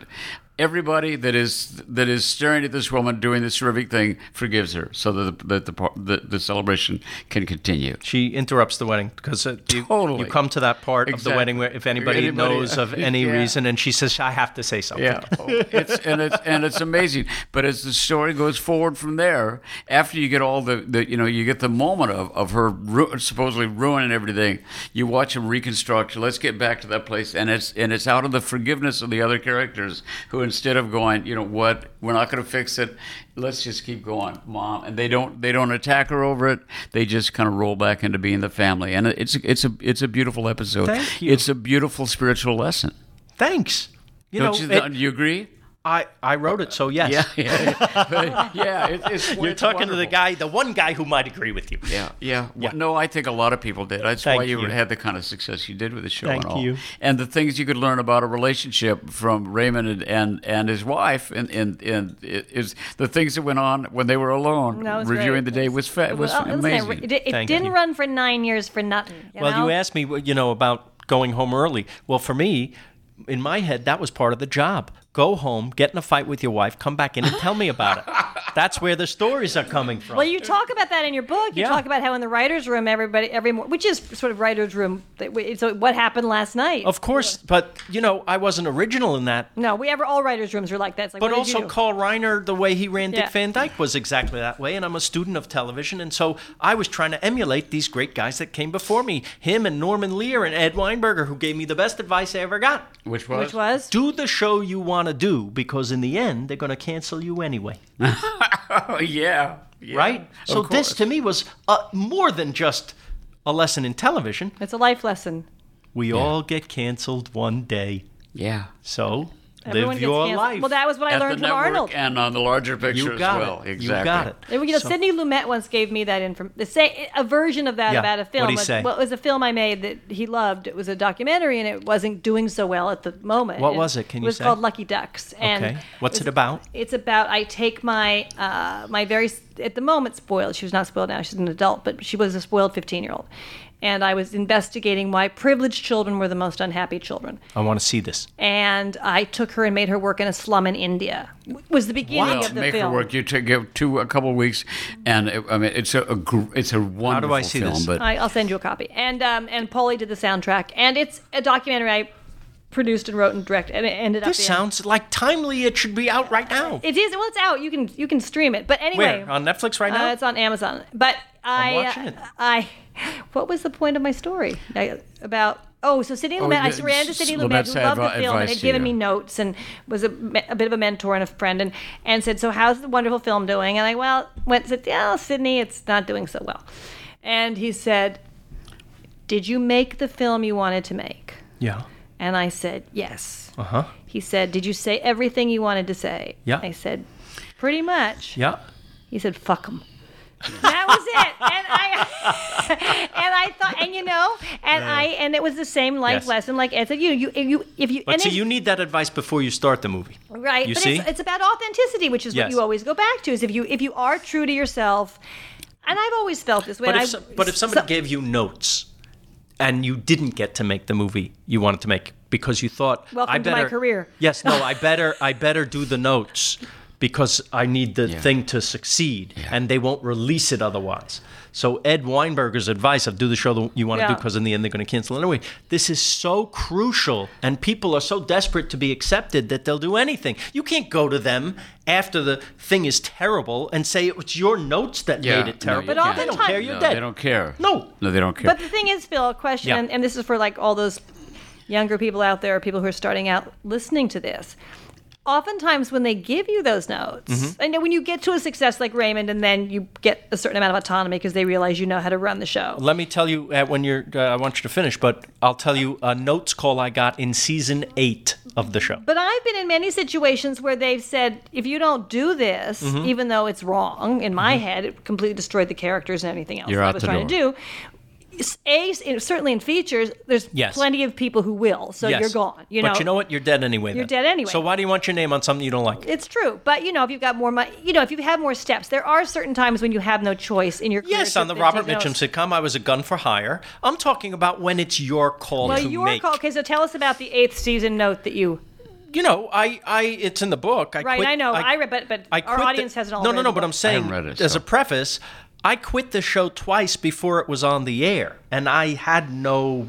S2: everybody that is that is staring at this woman doing this terrific thing forgives her, so that the that the, par- the, the celebration can continue.
S4: She interrupts the wedding because uh, you,
S2: Totally.
S4: you come to that part of the
S2: Exactly.
S4: wedding where if anybody,
S2: Anybody- uh,
S4: knows of
S2: [LAUGHS]
S4: any
S2: Yeah.
S4: reason, and she says, I have to say something.
S2: Yeah, Oh, it's and it's and it's amazing. But as the story goes forward from there, after you get all the, the you know you get the moment of of her ru- supposedly ruining everything, you watch them reconstruct. Let's get back to that place, and it's and it's out of the forgiveness of the other characters who instead of going, you know what, we're not going to fix it. Let's just keep going, mom. And they don't they don't attack her over it. They just kind of roll back into being the family, and it's it's a it's a beautiful episode.
S4: Thank you.
S2: It's a beautiful spiritual lesson.
S4: Thanks. You
S2: Don't
S4: know,
S2: you,
S4: it-
S2: do you agree?
S4: I, I wrote it, so yes.
S2: [LAUGHS] Yeah, yeah, yeah. It's, it's,
S4: You're
S2: it's
S4: talking to the
S2: wonderful.
S4: guy, the one guy who might agree with you.
S2: Yeah, yeah, Well, No, I think a lot of people did. That's
S4: Thank
S2: why you,
S4: you.
S2: had the kind of success you did with the show
S4: Thank
S2: and all.
S4: you.
S2: And the things you could learn about a relationship from Raymond and and, and his wife, and, and and it is the things that went on when they were alone.
S3: No, it was
S2: reviewing
S3: great.
S2: the day was fa- was
S3: Well, listen, it-
S2: amazing.
S3: It, it
S4: Thank
S3: didn't
S4: you.
S3: run for nine years for nothing. You
S4: Well,
S3: know?
S4: you asked me, you know, about going home early. Well, for me, in my head, that was part of the job. Go home, get in a fight with your wife, come back in and tell
S3: [LAUGHS]
S4: me about it. That's where the stories are coming from.
S3: Well, you talk about that in your book. You
S4: Yeah.
S3: talk about how in the writers' room, everybody, every mor- which is sort of writers' room. that we- So what happened last night?
S4: of course, but you know, I wasn't original in that.
S3: no, we ever all writers' rooms are like that. It's like,
S4: But
S3: what did you
S4: also,
S3: do?
S4: Carl Reiner, the way he ran
S3: Yeah.
S4: Dick Van Dyke was exactly that way. And I'm a student of television. And so I was trying to emulate these great guys that came before me him and Norman Lear and Ed Weinberger, who gave me the best advice I ever got.
S2: Which was?
S3: which was
S4: Do the show you want to do because, in the end, they're going to cancel you anyway.
S2: Oh, yeah. yeah.
S4: right?
S2: Of
S4: so this
S2: course.
S4: to me was uh, more than just a lesson in television.
S3: it's a life lesson.
S4: We all get canceled one day,
S2: Yeah.
S4: so
S3: Everyone
S4: live
S3: gets
S4: your
S3: canceled.
S4: life.
S3: Well, that was what I
S2: At
S3: learned
S2: the
S3: from
S2: network
S3: Arnold.
S2: and on the larger picture
S4: you
S2: as
S4: got
S2: well.
S4: it.
S2: Exactly.
S4: You got it.
S3: You know,
S4: So-
S3: Sidney Lumet once gave me that inform the say a version of that
S4: Yeah.
S3: about a film.
S4: What'd he
S3: It-
S4: say?
S3: Well, it was a film I made that he loved. It was a documentary, and it wasn't doing so well at the moment.
S4: What
S3: And
S4: was it? Can you
S3: was
S4: say?
S3: called Lucky Ducks. And
S4: Okay. What's
S3: was-
S4: it about?
S3: It's about I take my uh, my very s- at the moment spoiled. She was not spoiled now. She's an adult, but she was a spoiled fifteen year old. And I was investigating why privileged children were the most unhappy children
S4: I want to see this.
S3: and I took her and made her work in a slum in India. w- Was the beginning
S2: Well,
S3: of the
S2: make
S3: film.
S2: her work. You took give two a couple weeks, and it, I mean it's a, a gr- it's a wonderful
S4: I see
S2: film.
S4: this?
S2: But
S3: I, I'll send you a copy. And um, and Polly did the soundtrack, and it's a documentary I produced and wrote and directed, and it ended up.
S4: This
S3: in-
S4: sounds like timely. It should be out right now.
S3: It is well, it's out. You can you can stream it. But anyway,
S4: Where on Netflix right
S3: uh,
S4: now?
S3: it's on Amazon. But I uh,
S4: watching it.
S3: I what was the point of my story I, about? Oh, so Sidney Lumet, I
S2: the-
S3: ran to Sidney Lumet,
S2: Lumet's
S3: who loved the
S2: advi-
S3: film and
S2: advice
S3: had
S2: to
S3: given
S2: you.
S3: me notes and was a, me- a bit of a mentor and a friend, and, and said, "So how's the wonderful film doing?" And I well went said, "Yeah, Sidney, it's not doing so well," and he said, "Did you make the film you wanted to make?"
S4: yeah.
S3: And I said, "Yes."
S4: Uh huh.
S3: He said, "Did you say everything you wanted to say?"
S4: Yeah.
S3: I said, "Pretty much."
S4: Yeah.
S3: He said, "Fuck them." that was it, and I [LAUGHS] and I thought, and you know, and I and it was the same life
S4: Yes.
S3: lesson. Like Ed said, you you if you if you
S4: But
S3: and
S4: see,
S3: it-
S4: you need that advice before you start the movie.
S3: right,
S4: You
S3: but
S4: see?
S3: It's, it's about authenticity, which is what
S4: Yes.
S3: you always go back to. Is if you if you are true to yourself, and I've always felt this way.
S4: But
S3: and
S4: if,
S3: I,
S4: some, but if somebody
S3: so-
S4: gave you notes and you didn't get to make the movie you wanted to make because you thought
S3: Welcome
S4: I
S3: to my
S4: better
S3: career.
S4: Yes, no,
S3: [LAUGHS]
S4: I better I better do the notes because I need the
S2: Yeah.
S4: thing to succeed and they won't release it otherwise. So Ed Weinberger's advice of do the show that you want to do
S3: Yeah.
S4: because in the end they're going to cancel it anyway. This is so crucial and people are so desperate to be accepted that they'll do anything. You can't go to them after the thing is terrible and say it was your notes that
S2: Yeah,
S4: made it
S2: no, you
S4: terrible.
S3: But
S2: can't.
S3: They don't
S4: care, you're
S2: no,
S4: dead.
S2: They don't care.
S4: No.
S2: no, they don't care.
S3: But the thing is, Phil, a question,
S4: Yeah.
S3: and, and this is for like all those younger people out there, people who are starting out listening to this. Oftentimes, when they give you those notes,
S4: Mm-hmm.
S3: I know when you get to a success like Raymond, and then you get a certain amount of autonomy because they realize you know how to run the show.
S4: Let me tell you uh, when you're. Uh, I want you to finish, but I'll tell you a notes call I got in season eight of the show.
S3: But I've been in many situations where they've said, if you don't do this,
S4: Mm-hmm.
S3: even though it's wrong, in my head, it completely destroyed the characters and anything else
S2: You're
S3: I
S2: out
S3: was
S2: the
S3: trying
S2: door.
S3: to do. s- A, s- in- certainly in features, there's
S4: Yes.
S3: plenty of people who will, so
S4: Yes.
S3: you're gone. You
S4: but
S3: know?
S4: you know what? You're dead anyway.
S3: You're
S4: then.
S3: dead anyway.
S4: So why do you want your name on something you don't like?
S3: It's true, but you know, if you've got more money, you know, if you have more steps, there are certain times when you have no choice in your career.
S4: Yes,
S3: to-
S4: on the
S3: to
S4: Robert
S3: take
S4: Mitchum
S3: notes.
S4: sitcom, I was a gun for hire. I'm talking about when it's your call
S3: Well,
S4: to
S3: your
S4: make.
S3: call. Okay, so tell us about the eighth season note that you.
S4: You know, I, I, it's in the book. I
S3: Right,
S4: quit,
S3: I know. I, read, but but
S4: I
S3: our
S4: quit the-
S3: audience hasn't all.
S4: No,
S3: read
S4: no, no.
S3: the
S4: But
S3: book.
S4: I'm saying,
S2: read it,
S4: as
S2: so-
S4: a preface, I quit the show twice before it was on the air, and I had no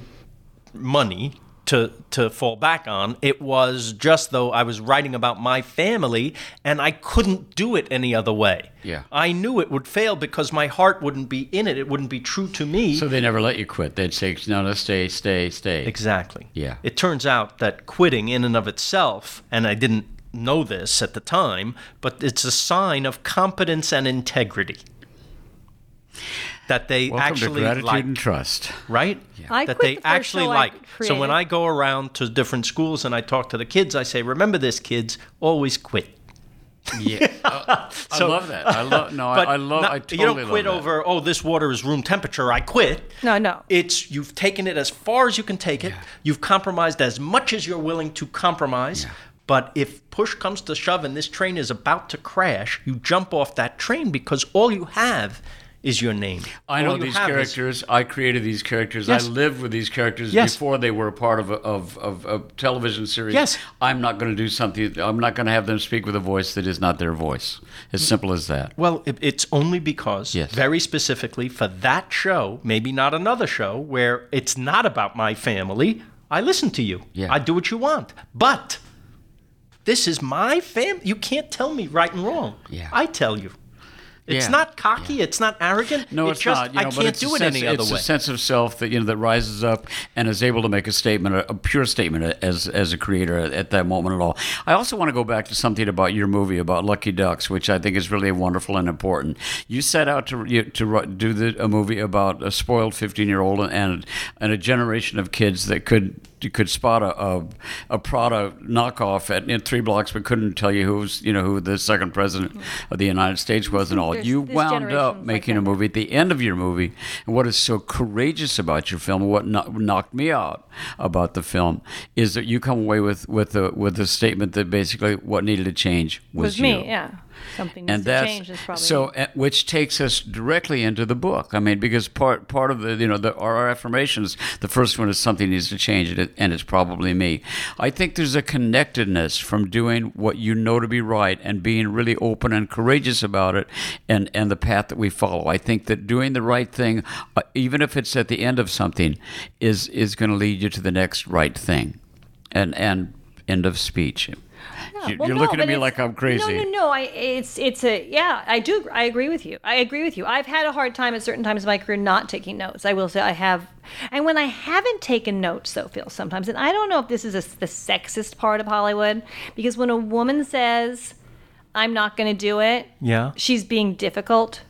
S4: money to to fall back on. It was just though I was writing about my family, and I couldn't do it any other way.
S2: Yeah.
S4: I knew it would fail because my heart wouldn't be in it. It wouldn't be true to me.
S2: so they never let you quit. They'd say, "No, no, stay, stay, stay."
S4: Exactly.
S2: Yeah.
S4: It turns out that quitting in and of itself, and I didn't know this at the time, but it's a sign of competence and integrity. That they
S2: Welcome
S4: actually
S2: to gratitude
S4: like,
S2: and trust.
S4: right?
S3: I
S4: that
S3: quit
S4: they
S3: the first
S4: actually
S3: show I
S4: like. So
S3: created.
S4: when I go around to different schools and I talk to the kids, I say, "Remember this, kids, always quit."
S2: Yeah, [LAUGHS] I love that. I love. No, I, I love.
S4: not-
S2: I totally
S4: you don't quit
S2: love that.
S4: over. Oh, this water is room temperature. I quit.
S3: No, no.
S4: It's you've taken it as far as you can take it. You've compromised as much as you're willing to compromise. But if push comes to shove and this train is about to crash, you jump off that train because all you have is your name.
S2: I
S4: All
S2: know
S4: you
S2: these
S4: have is-
S2: characters. I created these characters.
S4: Yes.
S2: I lived with these characters
S4: Yes.
S2: before they were a part of a, of, of a television series.
S4: Yes.
S2: I'm not going to do something. I'm not going to have them speak with a voice that is not their voice. As simple as that.
S4: Well, it, it's only because,
S2: Yes.
S4: very specifically for that show, maybe not another show where it's not about my family, I listen to you.
S2: Yeah.
S4: I do what you want. But this is my family. You can't tell me right and wrong.
S2: Yeah.
S4: I tell you. It's
S2: Yeah.
S4: not cocky. It's not arrogant.
S2: No,
S4: it
S2: it's
S4: just,
S2: not. You know,
S4: I
S2: but
S4: can't
S2: it's a
S4: do it
S2: sense,
S4: any other
S2: it's
S4: way.
S2: a sense of self that you know that rises up and is able to make a statement, a, a pure statement as as a creator at that moment at all. I also want to go back to something about your movie about Lucky Ducks, which I think is really wonderful and important. You set out to you, to ru- do the, a movie about a spoiled fifteen year old and and a generation of kids that could you could spot a, a, a Prada knockoff at in three blocks, but couldn't tell you who's you know who the second president of the United States was and all.
S3: There's-
S2: you
S3: there's
S2: wound
S3: generations
S2: up
S3: like
S2: making a
S3: that.
S2: movie at the end of your movie, and what is so courageous about your film, what kno- knocked me out about the film, is that you come away with with a with a statement that basically what needed to change was,
S3: was me.
S2: you
S3: Yeah, something needs
S2: and
S3: to
S2: that's
S3: change. Is probably
S2: so uh, which takes us directly into the book i mean because part part of the you know the our affirmations the first one is something needs to change and it- and it's probably me i think there's a connectedness from doing what you know to be right and being really open and courageous about it and and the path that we follow i think that doing the right thing uh, even if it's at the end of something is is going to lead you to the next right thing and and end of speech You-
S3: Well,
S2: you're
S3: no,
S2: looking at
S3: but
S2: me
S3: it's-
S2: like i'm crazy
S3: No, no, no. I it's it's a yeah. I do. I agree with you. I agree with you. I've had a hard time at certain times in my career not taking notes. I will say I have, and when I haven't taken notes, though, Phil, sometimes, and I don't know if this is a, the sexist part of Hollywood, because when a woman says, "I'm not going to do it,"
S4: Yeah.
S3: she's being difficult.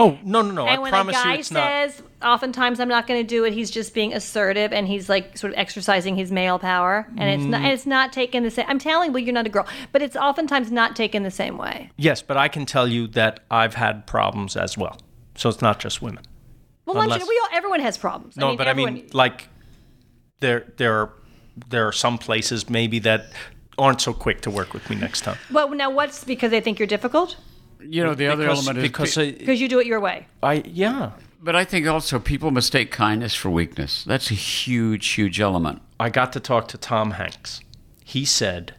S4: Oh, no, no, no.
S3: And
S4: I
S3: when a
S4: promise
S3: guy
S4: you it's not.
S3: says, oftentimes I'm not going to do it, he's just being assertive and he's like sort of exercising his male power. And it's not,
S4: Mm.
S3: and it's not taken the same. I'm telling you, you're not a girl, but it's oftentimes not taken the same way.
S4: Yes, but I can tell you that I've had problems as well. So it's not just women.
S3: Well, lunch-
S4: Unless-
S3: we all, everyone has problems.
S4: No, but I mean,
S3: everyone-
S4: like, there, there are, there are some places maybe that aren't so quick to work with me next time.
S3: well, now what's because they think you're difficult?
S2: you know the other
S4: because,
S2: element is
S4: because
S2: pe-
S4: I,
S3: Because you do it your way.
S4: I, yeah,
S2: But I think also people mistake kindness for weakness. That's a huge, huge element.
S4: I got to talk to Tom Hanks. He said,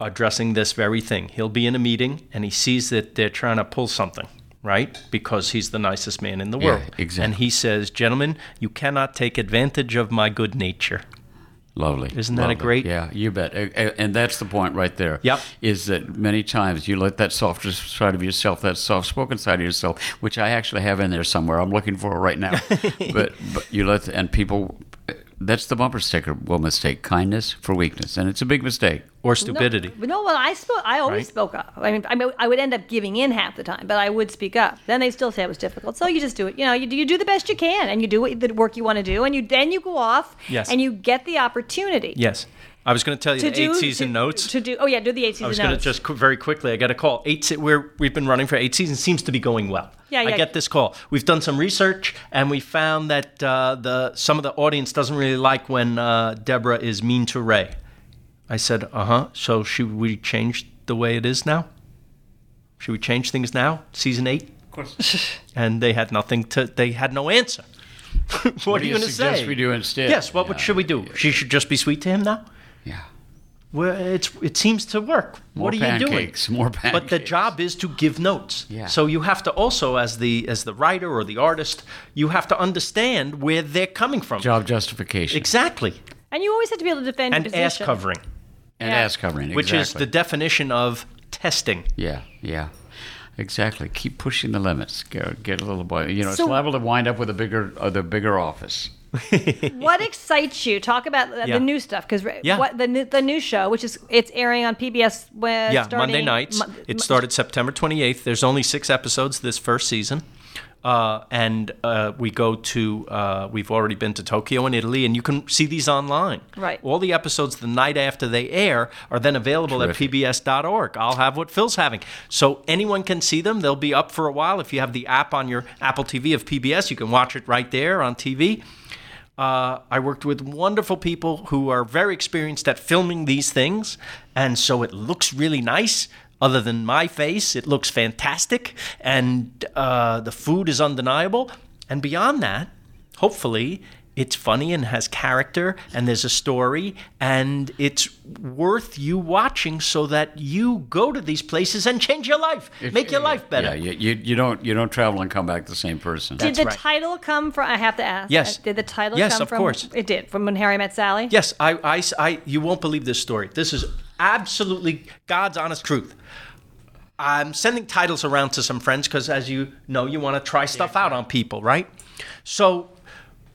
S4: addressing this very thing, he'll be in a meeting and he sees that they're trying to pull something. Right? Because he's the nicest man in the
S2: Yeah,
S4: world. And
S2: exactly.
S4: he says, Gentlemen, you cannot take advantage of my good nature.
S2: Lovely.
S4: Isn't that a
S2: Lovely.
S4: great-
S2: Yeah, you bet. A- a- And that's the point right there.
S4: Yep.
S2: Is that many times you let that softer side of yourself, that soft spoken side of yourself, which I actually have in there somewhere. I'm looking for it right
S4: [LAUGHS]
S2: now. but, but you let, and people, that's the bumper sticker will mistake kindness for weakness. And it's a big mistake.
S4: Or stupidity.
S3: No, no, well, I spoke. I always
S4: Right.
S3: spoke up. I mean, I mean, I would end up giving in half the time, but I would speak up. Then they still say it was difficult. So you just do it. You know, you do, you do the best you can, and you do what, the work you want to do, and you then you go off,
S4: Yes.
S3: and you get the opportunity.
S4: Yes. I was going to tell you
S3: To
S4: the
S3: do
S4: eight season
S3: to-
S4: notes.
S3: to do. Oh yeah, do the eight season
S4: I was going to
S3: notes.
S4: just qu- very quickly. I got a call. Eight. Se- we're, we've been running for eight seasons. Seems to be going well.
S3: Yeah,
S4: I
S3: yeah.
S4: get this call. We've done some research and we found that uh, the some of the audience doesn't really like when uh, Deborah is mean to Ray. I said, uh huh. So should we change the way it is now? Should we change things now? Season eight. Of course. [LAUGHS] and they had nothing to. They had no answer. [LAUGHS]
S2: What
S4: what, are
S2: do
S4: you
S2: you
S4: going to
S2: suggest
S4: say?
S2: we do instead?
S4: Yes. What
S2: Yeah.
S4: would, should we do? She should just be sweet to him now.
S2: Yeah.
S4: Well, it's it seems to work.
S2: More
S4: what are
S2: pancakes,
S4: you doing?
S2: more
S4: But the
S2: pancakes.
S4: job is to give notes.
S2: Yeah.
S4: So you have to also, as the as the writer or the artist, you have to understand where they're coming from.
S2: Job justification
S4: Exactly.
S3: and you always have to be able to defend
S4: And
S3: your
S4: ass
S3: position.
S4: covering,
S2: and
S3: Yeah.
S2: ass covering.
S4: which is
S2: exactly.
S4: the definition of testing.
S2: Yeah, yeah, exactly. Keep pushing the limits. Get, get a little boy. You know,
S3: So-
S2: it's liable to wind up with a bigger, uh, the bigger office.
S3: What excites you? Talk about the,
S4: Yeah.
S3: the new stuff because
S4: Yeah.
S3: what the new, the new show, which is it's airing on PBS. When,
S4: Yeah,
S3: uh, starting
S4: Monday nights.
S3: Mon-
S4: it started September 28th. There's only six episodes this first season. Uh, and uh, we go to, uh, we've already been to Tokyo and Italy, and you can see these online.
S3: Right.
S4: All the episodes the night after they air are then available
S2: Terrific.
S4: at pbs.org. I'll have what Phil's having. So anyone can see them. They'll be up for a while. If you have the app on your Apple TV of PBS, you can watch it right there on TV. Uh, I worked with wonderful people who are very experienced at filming these things, and so it looks really nice. Other than my face, it looks fantastic, and uh, the food is undeniable. And beyond that, hopefully, it's funny and has character, and there's a story, and it's worth you watching so that you go to these places and change your life, make your life better.
S2: Yeah, you, you, you don't you don't travel and come back the same person.
S3: Did the
S4: right.
S3: title come from? I have to ask. uh,
S4: Yes.
S3: Did the title
S4: Yes,
S3: come
S4: of
S3: from?
S4: course.
S3: It did. From When Harry Met Sally?
S4: Yes, I, I, I, you won't believe this story. This is absolutely God's honest truth. I'm sending titles around to some friends because, as you know, you want to try stuff out on people, right? So,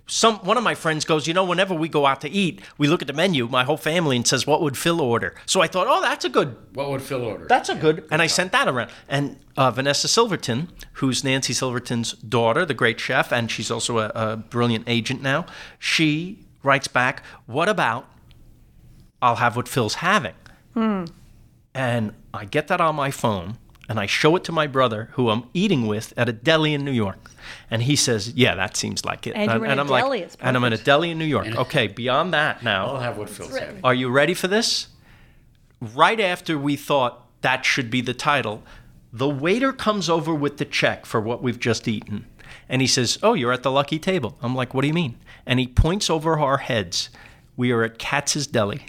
S4: some one of my friends goes, you know, whenever we go out to eat, we look at the menu, my whole family, and says, "What would Phil order?" So I thought, oh, that's a good
S2: What would Phil order?
S4: that's a good. And I sent that around. And uh, Vanessa Silverton, who's Nancy Silverton's daughter, the great chef, and she's also a, a brilliant agent now, she writes back, What about I'll have what Phil's having?
S3: Hmm.
S4: And I get that on my phone and I show it to my brother, who I'm eating with at a deli in New York. And he says, Yeah, that seems like it.
S3: And you were in a
S4: I'm
S3: deli,
S4: like,
S3: it's
S4: And I'm in a deli in New York. Okay, beyond that now.
S2: I'll have what Phil's having.
S4: Are you ready for this? Right after we thought that should be the title, the waiter comes over with the check for what we've just eaten. And he says, Oh, you're at the lucky table. I'm like, What do you mean? And he points over our heads. We are at Katz's Deli.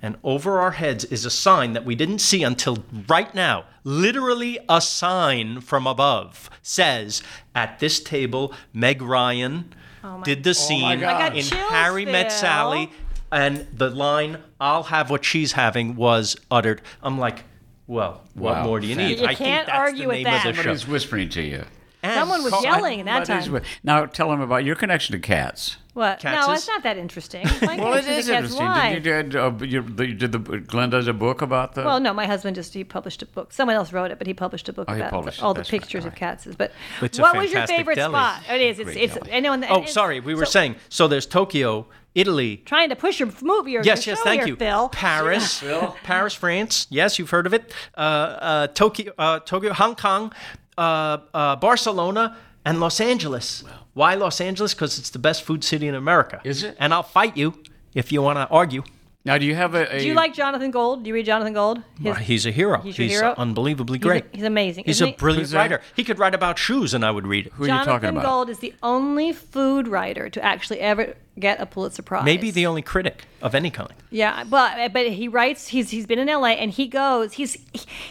S4: And over our heads is a sign that we didn't see until right now. Literally, a sign from above says, At this table, Meg Ryan did the scene
S2: God.
S4: in
S3: Chills,
S4: Harry Met
S3: Phil.
S4: Sally and the line "I'll have what she's having" was uttered. I'm like, well, what
S2: Wow.
S4: more do you need?
S2: You
S4: I think
S3: can't
S4: that's
S3: argue
S4: the
S3: with
S4: name
S3: that.
S4: of the show.
S2: Somebody's whispering to you.
S4: And
S3: Someone was
S4: Col-
S3: yelling that
S2: Somebody's
S3: time.
S2: whi- now tell him about your connection to
S3: [LAUGHS]
S2: cats.
S3: What? No,
S4: Katz's?
S3: it's not that
S4: [LAUGHS]
S3: interesting. My connection to cats,
S2: Did
S3: Why?
S2: you did, uh, you, you did the Glenn does a book about
S4: Oh.
S2: the?
S3: Well, no, my husband just he published a book. Someone else wrote it, but he published a book
S2: Oh, he
S3: about
S2: published it.
S3: all the
S2: That's right.
S3: pictures
S2: All
S3: of
S2: right.
S3: cats. But
S4: It's a
S3: what was your
S4: fantastic
S3: favorite
S4: deli.
S3: spot? It is. It's.
S2: Great
S3: it's
S2: deli.
S3: I know. And, and
S4: Oh,
S3: it's-
S4: sorry, we were
S3: so-
S4: saying. So there's Tokyo, Italy.
S3: trying to push your movie or
S4: Yes,
S3: your
S4: yes,
S3: show
S4: thank
S3: here,
S4: you.
S3: Phil.
S4: Paris, Paris, France. Yes, you've heard of it. Uh, uh, Tokyo, uh, Tokyo, Hong Kong, uh, uh, Barcelona, and Los Angeles. Why Los Angeles? Because it's the best food city in America.
S2: Is it?
S4: And I'll fight you if you want to argue.
S2: now do you have a? a
S3: Do you like Jonathan Gold? Do you read Jonathan Gold? His-
S4: He's a hero.
S3: He's your hero?
S4: unbelievably
S3: He's a-
S4: great.
S3: he's amazing,
S4: He's
S3: isn't
S4: a
S3: he?
S4: brilliant
S2: Who's that?
S4: writer. He could write about shoes, and I would read it.
S2: Who are you talking
S3: Jonathan
S2: about?
S3: Gold is the only food writer to actually ever get a Pulitzer Prize.
S4: Maybe the only critic of any kind.
S3: yeah, but but he writes. He's he's been in L.A. and he goes. He's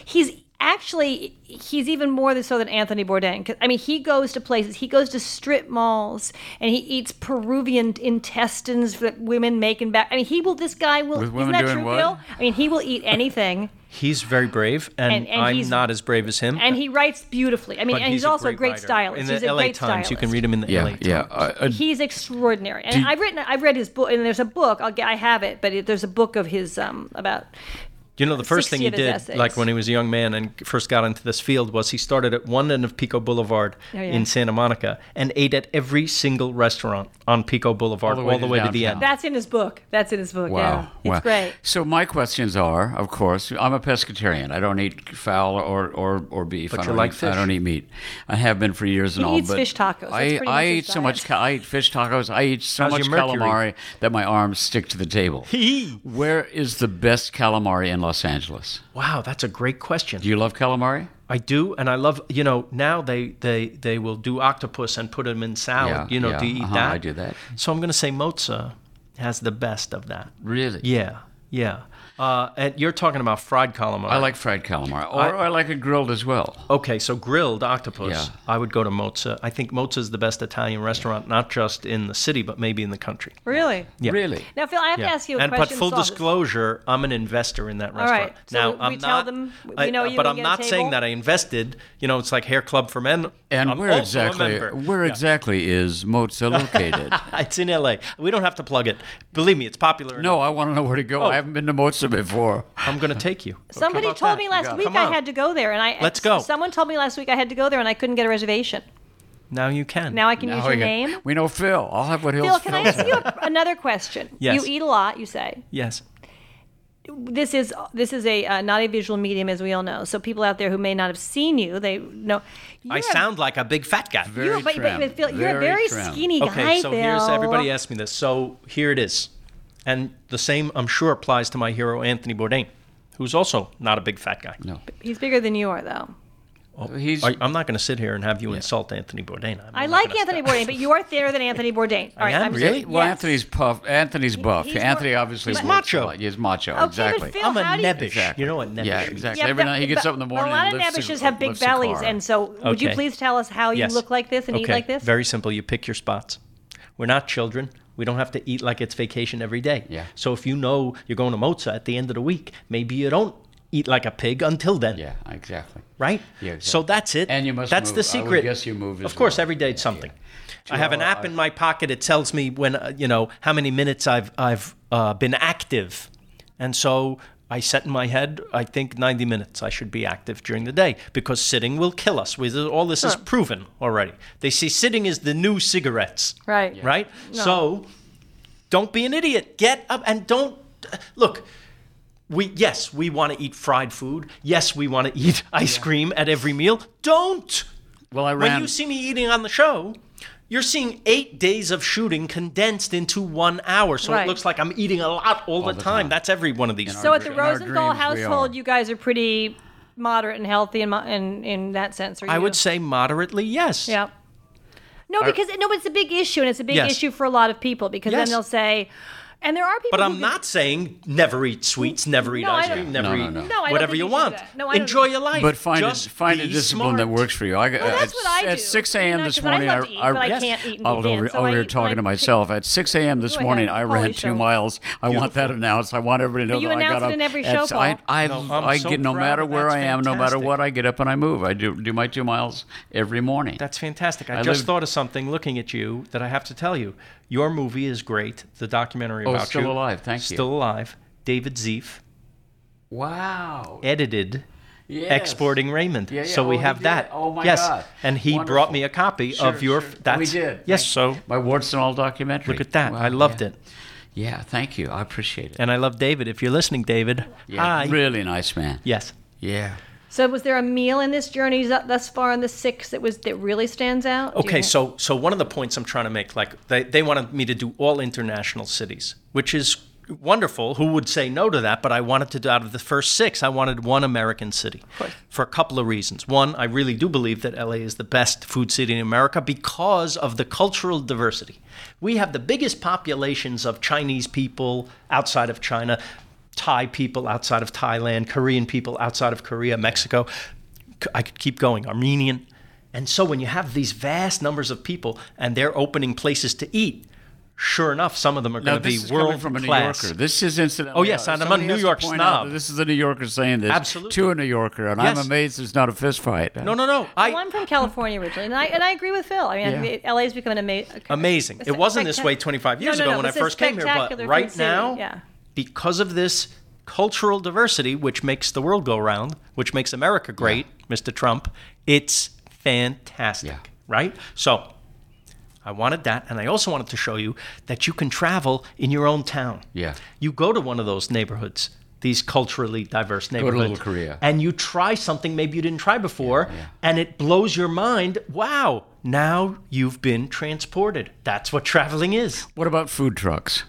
S3: he's actually he's even more than so than Anthony Bourdain. 'Cause, I mean, he goes to places. He goes to strip malls and he eats Peruvian intestines that women make and back. I mean, he will. This guy will.
S2: With
S3: isn't
S2: women
S3: that
S2: doing
S3: true,
S2: what?
S3: Bill? I mean, he will eat anything.
S4: He's very brave, and,
S3: And- and
S4: I'm
S3: he's-
S4: not as brave as him.
S3: and he writes beautifully. I mean,
S4: but
S3: and he's, also a great
S4: writer.
S3: stylist.
S4: In the
S3: he's a
S4: LA
S3: great
S4: Times,
S3: stylist.
S4: you can read him in the LA
S2: Yeah,
S4: Times.
S2: yeah. Uh, uh,
S3: He's extraordinary, and
S2: Do you-
S3: I've written I've read his book, and there's a book I'll get I have it, but it, there's a book of his um about
S4: You know, the first thing he
S3: 60 of
S4: did,
S3: his essays.
S4: like when he was a young man and first got into this field, was he started at one end of Pico Boulevard
S3: Oh, yeah.
S4: in Santa Monica and ate at every single restaurant on Pico Boulevard all the way, to, the
S2: downtown.
S4: end.
S3: that's in his book. That's in his book. Yeah,
S2: Wow.
S3: it's
S2: wow.
S3: great.
S2: So my questions are, of course, I'm a pescatarian. I don't eat fowl or, or, or beef.
S4: But
S2: I
S4: you
S2: don't
S4: like
S2: eat,
S4: fish.
S2: I don't eat meat. I have been for years and
S3: He
S2: all.
S3: eats
S2: but
S3: fish tacos. That's
S2: I,
S3: pretty much
S2: I
S3: his
S2: eat so
S3: diet.
S2: much. ca- I eat fish tacos. I eat so
S4: How's
S2: much
S4: your mercury?
S2: calamari that my arms stick to the table. Where is the best calamari in Los Angeles?
S4: Wow, that's a great question.
S2: Do you love calamari?
S4: I do, and I love. You know, now they they they will do octopus and put them in salad.
S2: Yeah,
S4: you know,
S2: yeah,
S4: do you eat
S2: uh-huh,
S4: that?
S2: I do that.
S4: So I'm going to say mozza has the best of that.
S2: Really?
S4: Yeah, yeah. Uh, and you're talking about fried calamari.
S2: I like fried calamari, or I, like it grilled as well.
S4: Okay, so grilled octopus.
S2: Yeah.
S4: I would go to Mozza. I think Mozza is the best Italian restaurant, not just in the city, but maybe in the country.
S3: Really?
S4: Yeah.
S2: Really?
S3: Now, Phil, I have
S4: Yeah.
S3: to ask you a
S4: and
S3: question.
S4: but full
S3: to solve this.
S4: disclosure, I'm an investor in that
S3: right,
S4: restaurant.
S3: so
S4: now
S3: we- we
S4: I'm
S3: tell
S4: not,
S3: them we
S4: I- uh,
S3: know you
S4: but
S3: can
S4: I'm
S3: get a
S4: not saying
S3: table.
S4: that I invested. You know, it's like Hair Club for Men.
S2: And
S4: I'm
S2: where
S4: also a
S2: exactly?
S4: member.
S2: Where exactly is Moza
S4: [LAUGHS]
S2: located?
S4: It's in LA. We don't have to plug it. Believe me, it's popular.
S2: no, I want to know where to go.
S4: Oh.
S2: I haven't been to Moza before.
S4: I'm going to take you.
S3: Somebody
S4: How about
S3: told
S4: that?
S3: me last
S4: Come
S3: week
S4: on.
S3: I had to go there, and I
S4: Let's go.
S3: Someone told me last week I had to go there, and I couldn't get a reservation.
S4: Now you can.
S3: Now I can use
S2: Now
S3: your
S2: we can-
S4: [LAUGHS]
S3: name.
S2: We know Phil. I'll have what he'll.
S3: Phil, can I ask you a, another question?
S4: Yes.
S3: You eat a lot, you say.
S4: yes.
S3: this is this is a uh, not a visual medium as we all know. So people out there who may not have seen you, they know. You're
S4: I
S3: a-
S4: sound like a big fat guy.
S3: You're, but, but, but Phil, you're a very skinny guy.
S4: Okay, so here's
S3: Phil.
S4: everybody asked me this. So here it is, and the same I'm sure applies to my hero Anthony Bourdain, who's also not a big fat guy. No.
S3: He's bigger than you are, though.
S2: He's
S4: I, am not going to sit here and have you insult Anthony Bourdain. I'm
S3: I
S4: not
S3: like
S4: gonna-
S3: Anthony Bourdain, but you are thinner than Anthony Bourdain. All right,
S4: am?
S3: I'm just-
S4: Really?
S2: well,
S3: yes.
S2: Anthony's puff. Anthony's buff.
S3: he's more-
S2: Anthony obviously
S3: he's
S2: works A
S4: macho.
S2: lot. He's macho.
S3: Okay,
S2: exactly.
S3: but Phil,
S4: I'm a
S3: how do you-
S4: nebbish.
S2: Exactly.
S4: You know what nebbish
S2: Yeah,
S4: means.
S2: exactly.
S3: Yeah,
S2: Every
S3: but-
S2: night he
S3: but
S2: gets up in the morning.
S3: A lot of
S2: and lifts a-
S3: Nabishes have big
S2: lifts a
S3: bellies,
S2: car.
S3: and so would you
S4: Okay.
S3: please tell us how you
S4: Yes.
S3: look like this and eat
S4: Okay,
S3: like this?
S4: Very simple. You pick your spots. We're not children. We don't have to eat like it's vacation every day.
S2: Yeah.
S4: So if you know you're going to Mozart at the end of the week, maybe you don't eat like a pig until then.
S2: yeah, exactly.
S4: Right.
S2: Yeah, exactly.
S4: So that's it.
S2: And you must
S4: That's the
S2: move. I would
S4: secret.
S2: guess you move as
S4: Of course,
S2: well.
S4: every day it's something. I have an
S2: Well,
S4: app
S2: I-
S4: in my pocket. It tells me when uh, you know how many minutes I've I've uh, been active, and so I set in my head. I think 90 minutes I should be active during the day because sitting will kill us. With all this is proven already. They say sitting is the new cigarettes.
S3: Right. Yeah.
S4: Right. So don't be an idiot. Get up and don't look. We yes, we want to eat fried food. Yes, we want to [LAUGHS] eat ice cream at every meal. Don't.
S2: Well, I
S4: When
S2: ran-
S4: you see me eating on the show, you're seeing eight days of shooting condensed into one hour, so
S3: Right.
S4: it looks like I'm eating a lot all, the,
S2: the
S4: time.
S2: time.
S4: That's every one of these.
S3: so at the
S2: In our
S3: Rosenthal
S2: dreams, we
S3: household,
S2: are.
S3: you guys are pretty moderate and healthy in, mo- in, in that sense. Are you?
S4: I would say moderately yes.
S3: Yeah. No, because no, it's a big issue, and it's a big
S4: Yes.
S3: issue for a lot of people because
S4: Yes.
S3: then they'll say, and there are people.
S4: But
S3: who
S4: I'm
S3: do-
S4: not saying never eat sweets, never eat
S3: No, I
S4: ice
S3: don't-
S4: cream, never
S2: No, no,
S4: eat
S2: no. No, I
S3: don't
S4: whatever
S3: think you
S4: you
S3: should do
S4: want.
S3: that. No, I don't-
S4: Enjoy your life.
S2: But find a,
S4: Just
S2: find a
S4: be
S2: discipline that
S4: smart.
S2: works for you. I, well,
S3: that's what I
S2: at, at
S3: do.
S2: 6 a.m.
S3: You know,
S2: this
S3: 'cause I
S2: morning,
S3: love to eat, but I can't eat in
S2: I was
S3: the
S2: over,
S3: van, so
S2: over
S3: I
S2: here
S3: eat
S2: talking
S3: my
S2: to
S3: chicken.
S2: myself. At 6 a.m. this
S3: Go ahead,
S2: morning, I
S3: Paulie,
S2: ran
S3: show.
S2: two miles. I want
S3: [LAUGHS]
S2: that announced. I want everybody to know
S3: But you
S2: that I
S3: announce
S2: got
S3: it
S2: up.
S3: in every
S2: at
S3: show,
S2: s- I,
S3: Paul.
S2: I,
S4: No, I'm
S2: I
S4: so
S2: get no
S4: proud
S2: matter
S4: of
S2: where
S4: that's
S2: I am, no matter
S4: fantastic.
S2: what, I get up and I move. I do do my two miles every morning.
S4: That's fantastic. I,
S2: I
S4: just
S2: lived-
S4: thought of something looking at you that I have to tell you. Your movie is great. The documentary
S2: Oh,
S4: about
S2: Still
S4: you.
S2: Alive. Thank you.
S4: Still alive. David Zeef
S2: wow.
S4: edited
S2: Yes.
S4: Exporting Raymond.
S2: Yeah, yeah.
S4: So we
S2: Oh, he
S4: have
S2: did?
S4: that.
S2: Oh, my
S4: yes.
S2: God.
S4: And he brought
S2: Wonderful.
S4: me a copy
S2: Sure,
S4: of your
S2: sure.
S4: that's
S2: we did.
S4: Yes,
S2: Thank-
S4: so
S2: my Warts and All documentary.
S4: look at that.
S2: Wow,
S4: I loved
S2: yeah.
S4: it.
S2: Yeah, thank you. I appreciate it.
S4: And I love David. If you're listening, David.
S2: Yeah,
S4: hi.
S2: really nice man.
S4: Yes.
S2: Yeah.
S3: So was there a meal in this journey th- thus far in the six that was that really stands out? Do you
S4: Okay,
S3: think-
S4: so so one of the points I'm trying to make, like they, they wanted me to do all international cities, which is wonderful. Who would say no to that? But I wanted to do out of the first six, I wanted one American city for a couple of reasons. One, I really do believe that LA is the best food city in America because of the cultural diversity. We have the biggest populations of Chinese people outside of China, Thai people outside of Thailand, Korean people outside of Korea, Mexico. C- I could keep going. Armenian. And so when you have these vast numbers of people and they're opening places to eat, sure enough, some of them are
S2: Now,
S4: going to
S2: this
S4: be
S2: is coming
S4: world
S2: from a New
S4: class.
S2: Yorker. This is incidental.
S4: Oh, yes, and I'm a New York snob.
S2: This is a New Yorker saying this
S4: Absolutely.
S2: to a New Yorker, and
S4: Yes.
S2: I'm amazed there's not a fist fight.
S4: No, no, no. I,
S3: Well, I'm from California originally, and I and I agree with Phil. I mean, I
S2: Yeah.
S3: think LA's become an amazing.
S4: amazing. It wasn't this way 25 years
S3: no,
S4: ago
S3: no,
S4: when I
S3: this is
S4: first came here, but
S3: spectacular
S4: right
S3: food city,
S4: now,
S3: yeah.
S4: because of this cultural diversity, which makes the world go round, which makes America great, Mr. Trump, it's fantastic,
S2: Yeah.
S4: right? So I wanted that, and I also wanted to show you that you can travel in your own town.
S2: Yeah.
S4: You go to one of those neighborhoods, these culturally diverse
S2: to Little
S4: neighborhoods.
S2: Korea.
S4: And you try something maybe you didn't try before, and it blows your mind. Wow, now you've been transported. That's what traveling is.
S2: What about food trucks?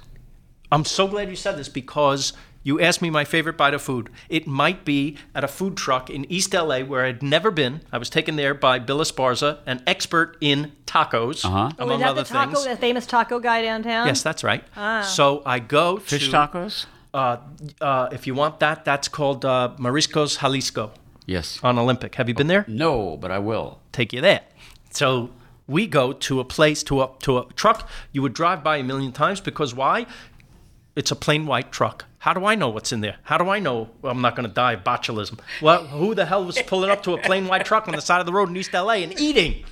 S4: I'm so glad you said this because you asked me my favorite bite of food. It might be at a food truck in East LA where I'd never been. I was taken there by Bill Esparza, an expert in tacos,
S2: Uh-huh.
S3: Oh, is
S4: among
S3: that
S4: other
S3: the taco, Ah.
S4: things.
S3: the famous taco guy downtown?
S4: Yes, that's right. So I go
S2: Fish
S4: to
S2: tacos?
S4: Uh, uh, if you want that, that's called uh, Mariscos Jalisco
S2: Yes.
S4: on Olympic. Have you been there?
S2: Uh, no, but I will.
S4: Take you there. So we go to a place to a to a truck you would drive by a million times because why? It's a plain white truck. How do I know what's in there? How do I know I'm not going to die of botulism? Well, who the hell was pulling up to a plain white truck on the side of the road in East LA and eating?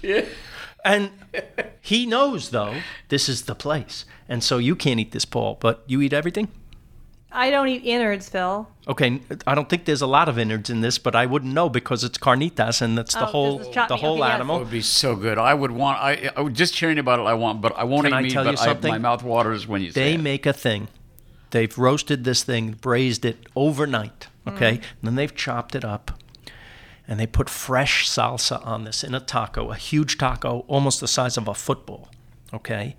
S4: And he knows though this is the place, and so you can't eat this, Paul. But you eat everything.
S3: I don't eat innards, Phil. [LAUGHS]
S4: Okay, I don't think there's a lot of innards in this, but I wouldn't know because it's carnitas and that's the
S3: Oh,
S4: whole
S3: this is chopped
S4: the
S3: meat.
S4: whole
S3: Okay, yes.
S2: It
S4: animal.
S2: would be so good. I would want. I, I would- just hearing about it. I want, but I won't
S4: Can
S2: eat
S4: I
S2: meat.
S4: tell
S2: but
S4: you
S2: I, my
S4: something?
S2: mouth waters when you say
S4: They
S2: it.
S4: make a thing. They've roasted this thing, braised it overnight,
S2: Mm.
S4: okay? And then they've chopped it up and they put fresh salsa on this in a taco, a huge taco, almost the size of a football, okay?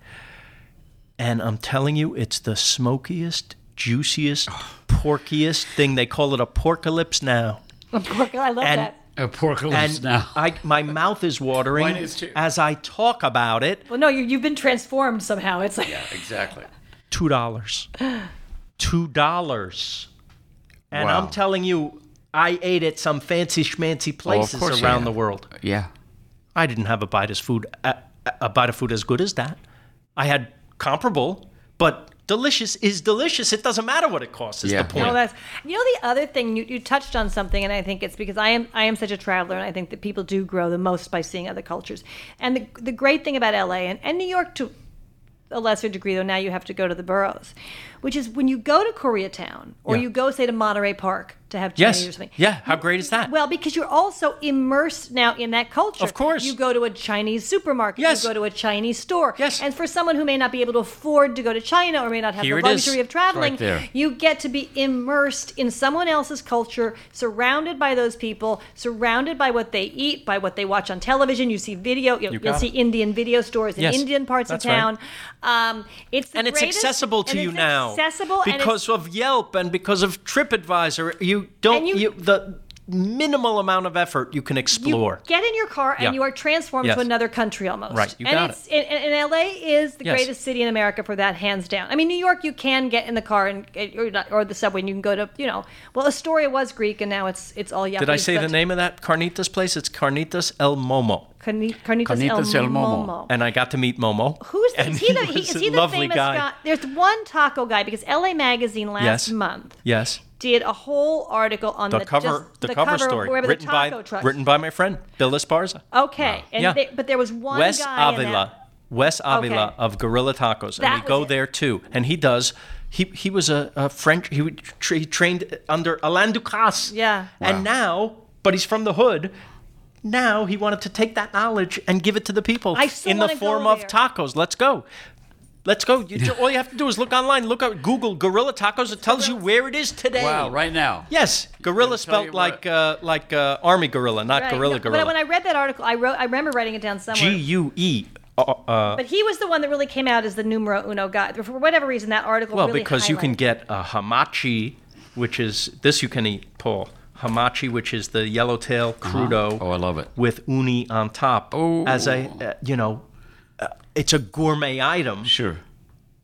S4: And I'm telling you, it's the smokiest, juiciest, porkiest thing. They call it a porkalypse now.
S3: I love
S4: And-
S3: that.
S2: A porkalypse
S4: And
S2: now. [LAUGHS]
S4: I, my mouth is watering
S2: Mine is too.
S4: as I talk about it.
S3: Well, no, you, you've been transformed somehow. It's like
S2: exactly.
S4: two dollars. two dollars. And
S2: Wow.
S4: I'm telling you, I ate at some fancy schmancy places
S2: course you
S4: around
S2: have.
S4: the world.
S2: Yeah.
S4: I didn't have a bite as food a, a bite of food as good as that. I had comparable, but delicious is delicious. It doesn't matter what it costs. Is
S2: Yeah.
S4: the point?
S3: Well, that's [LAUGHS] you know the other thing you, you touched on something, and I think it's because I am I am such a traveler, and I think that people do grow the most by seeing other cultures. And the the great thing about LA and, and New York to a lesser degree, though now you have to go to the boroughs, which is when you go to Koreatown or
S4: Yeah.
S3: you go say to Monterey Park to have Chinese
S4: Yes.
S3: or something.
S4: Yeah. How great is that?
S3: Well, because you're also immersed now in that culture.
S4: Of course.
S3: You go to a Chinese supermarket.
S4: Yes.
S3: You go to a Chinese store.
S4: Yes.
S3: And for someone who may not be able to afford to go to China or may not have
S4: Here it
S3: the
S4: is.
S3: luxury of traveling,
S2: right there.
S3: you get to be immersed in someone else's culture, surrounded by those people, surrounded by what they eat, by what they watch on television. You see video. You'll,
S4: You
S3: you'll
S4: got
S3: see
S4: it.
S3: Indian video stores in
S4: Yes.
S3: Indian parts
S4: That's
S3: of
S4: right.
S3: town. Um, it's the
S4: and it's
S3: greatest-
S4: accessible to
S3: and
S4: you
S3: it's
S4: now
S3: Accessible and it's-
S4: because of Yelp and because of TripAdvisor. You don't
S3: And you-
S4: you, the minimal amount of effort you can explore.
S3: You get in your car and
S4: Yeah.
S3: you are transformed
S4: Yes.
S3: to another country almost.
S4: Right, you
S3: and
S4: got
S3: it's, it. And, and LA is the
S4: Yes.
S3: greatest city in America for that, hands down. I mean, New York, you can get in the car and or, not, or the subway and you can go to, you know, well, Astoria was Greek and now it's it's all Yappy.
S4: Did I say the name of that carnitas place? It's Carnitas El Momo.
S3: Carnitas,
S2: Carnitas
S3: El,
S2: El Momo.
S3: Momo.
S4: and I got to meet Momo.
S3: Who's the,
S4: and
S3: is he
S4: [LAUGHS]
S3: the, he,
S4: was
S3: is
S4: a
S3: he the
S4: lovely
S3: famous
S4: guy?
S3: There's one taco guy because LA Magazine last
S4: Yes.
S3: month
S4: Yes,
S3: did a whole article on the,
S4: the cover,
S3: just
S4: the, cover, story
S3: where the
S4: written by
S3: taco trucks.
S4: written by my friend Bill Esparza,
S3: Okay, and
S4: Yeah.
S3: they, but there was one
S4: Wes
S3: guy in that-
S4: Avila, Wes Avila
S3: Okay.
S4: of Gorilla Tacos,
S3: That
S4: and we
S3: was
S4: go
S3: it.
S4: there too. And he does. He he was a, a French. He, would tra- he trained under Alain Ducasse.
S3: Yeah.
S4: and now, but he's from the hood. Now he wanted to take that knowledge and give it to the people
S3: I still
S4: in the
S3: wanna go
S4: form of
S3: there.
S4: tacos. Let's go. Let's go. You, ju- all you have to do is look online, look up Google Gorilla Tacos. It tells you where it is today.
S2: Wow, right now.
S4: Yes, gorilla
S2: Didn't tell
S4: spelt
S2: you
S4: like
S2: what-
S4: uh, like uh, army gorilla, not
S3: Right.
S4: gorilla
S3: No,
S4: gorilla.
S3: But when I read that article, I wrote, I remember writing it down somewhere.
S4: G U E. uh, uh,
S3: but he was the one that really came out as the numero uno guy. For whatever reason, that article.
S4: Well,
S3: really
S4: because you can
S3: highlighted-
S4: get a hamachi, which is this you can eat, Paul. Hamachi, which is the yellowtail crudo.
S2: Oh, I love it.
S4: With uni on top.
S2: Oh.
S4: As a uh, you know, uh, it's a gourmet item
S2: Sure.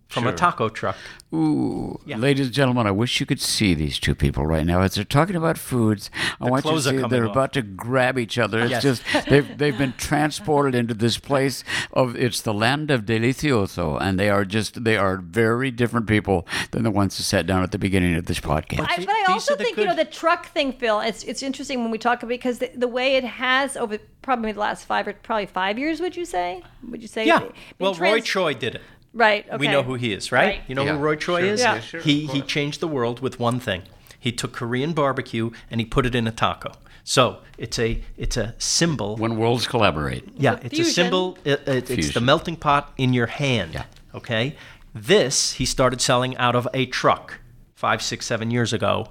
S4: from a
S2: sure.
S4: taco truck.
S2: Ooh, ladies and gentlemen, I wish you could see these two people right now as they're talking about foods. I want you to
S4: clothes are
S2: see
S4: coming
S2: they're
S4: off.
S2: about to grab each other. It's
S4: Yes.
S2: just they've they've been transported into this place of it's the land of delicioso, and they are just they are very different people than the ones who sat down at the beginning of this podcast.
S3: I,
S4: See,
S3: but I
S4: these
S3: also
S4: are the
S3: think you know the
S4: good-
S3: truck thing, Phil. It's it's interesting when we talk about because the, the way it has over probably the last five or probably five years. Would you say? Would you say?
S4: Yeah.
S3: been
S4: Well, Roy
S3: trans-
S4: Choi did it.
S3: Right.
S4: We
S3: okay.
S4: know who he is, right?
S3: Right.
S4: You know
S2: Yeah,
S4: who Roy Choi
S2: sure,
S4: is?
S3: yeah, sure,
S4: he he changed the world with one thing. He took Korean barbecue and he put it in a taco. So it's a it's a symbol.
S2: When worlds collaborate,
S4: yeah, it's a
S3: fusion.
S4: symbol. It, it- it's the
S2: Fusion.
S4: melting pot in your hand.
S2: Yeah.
S4: Okay. This he started selling out of a truck five, six, seven years ago.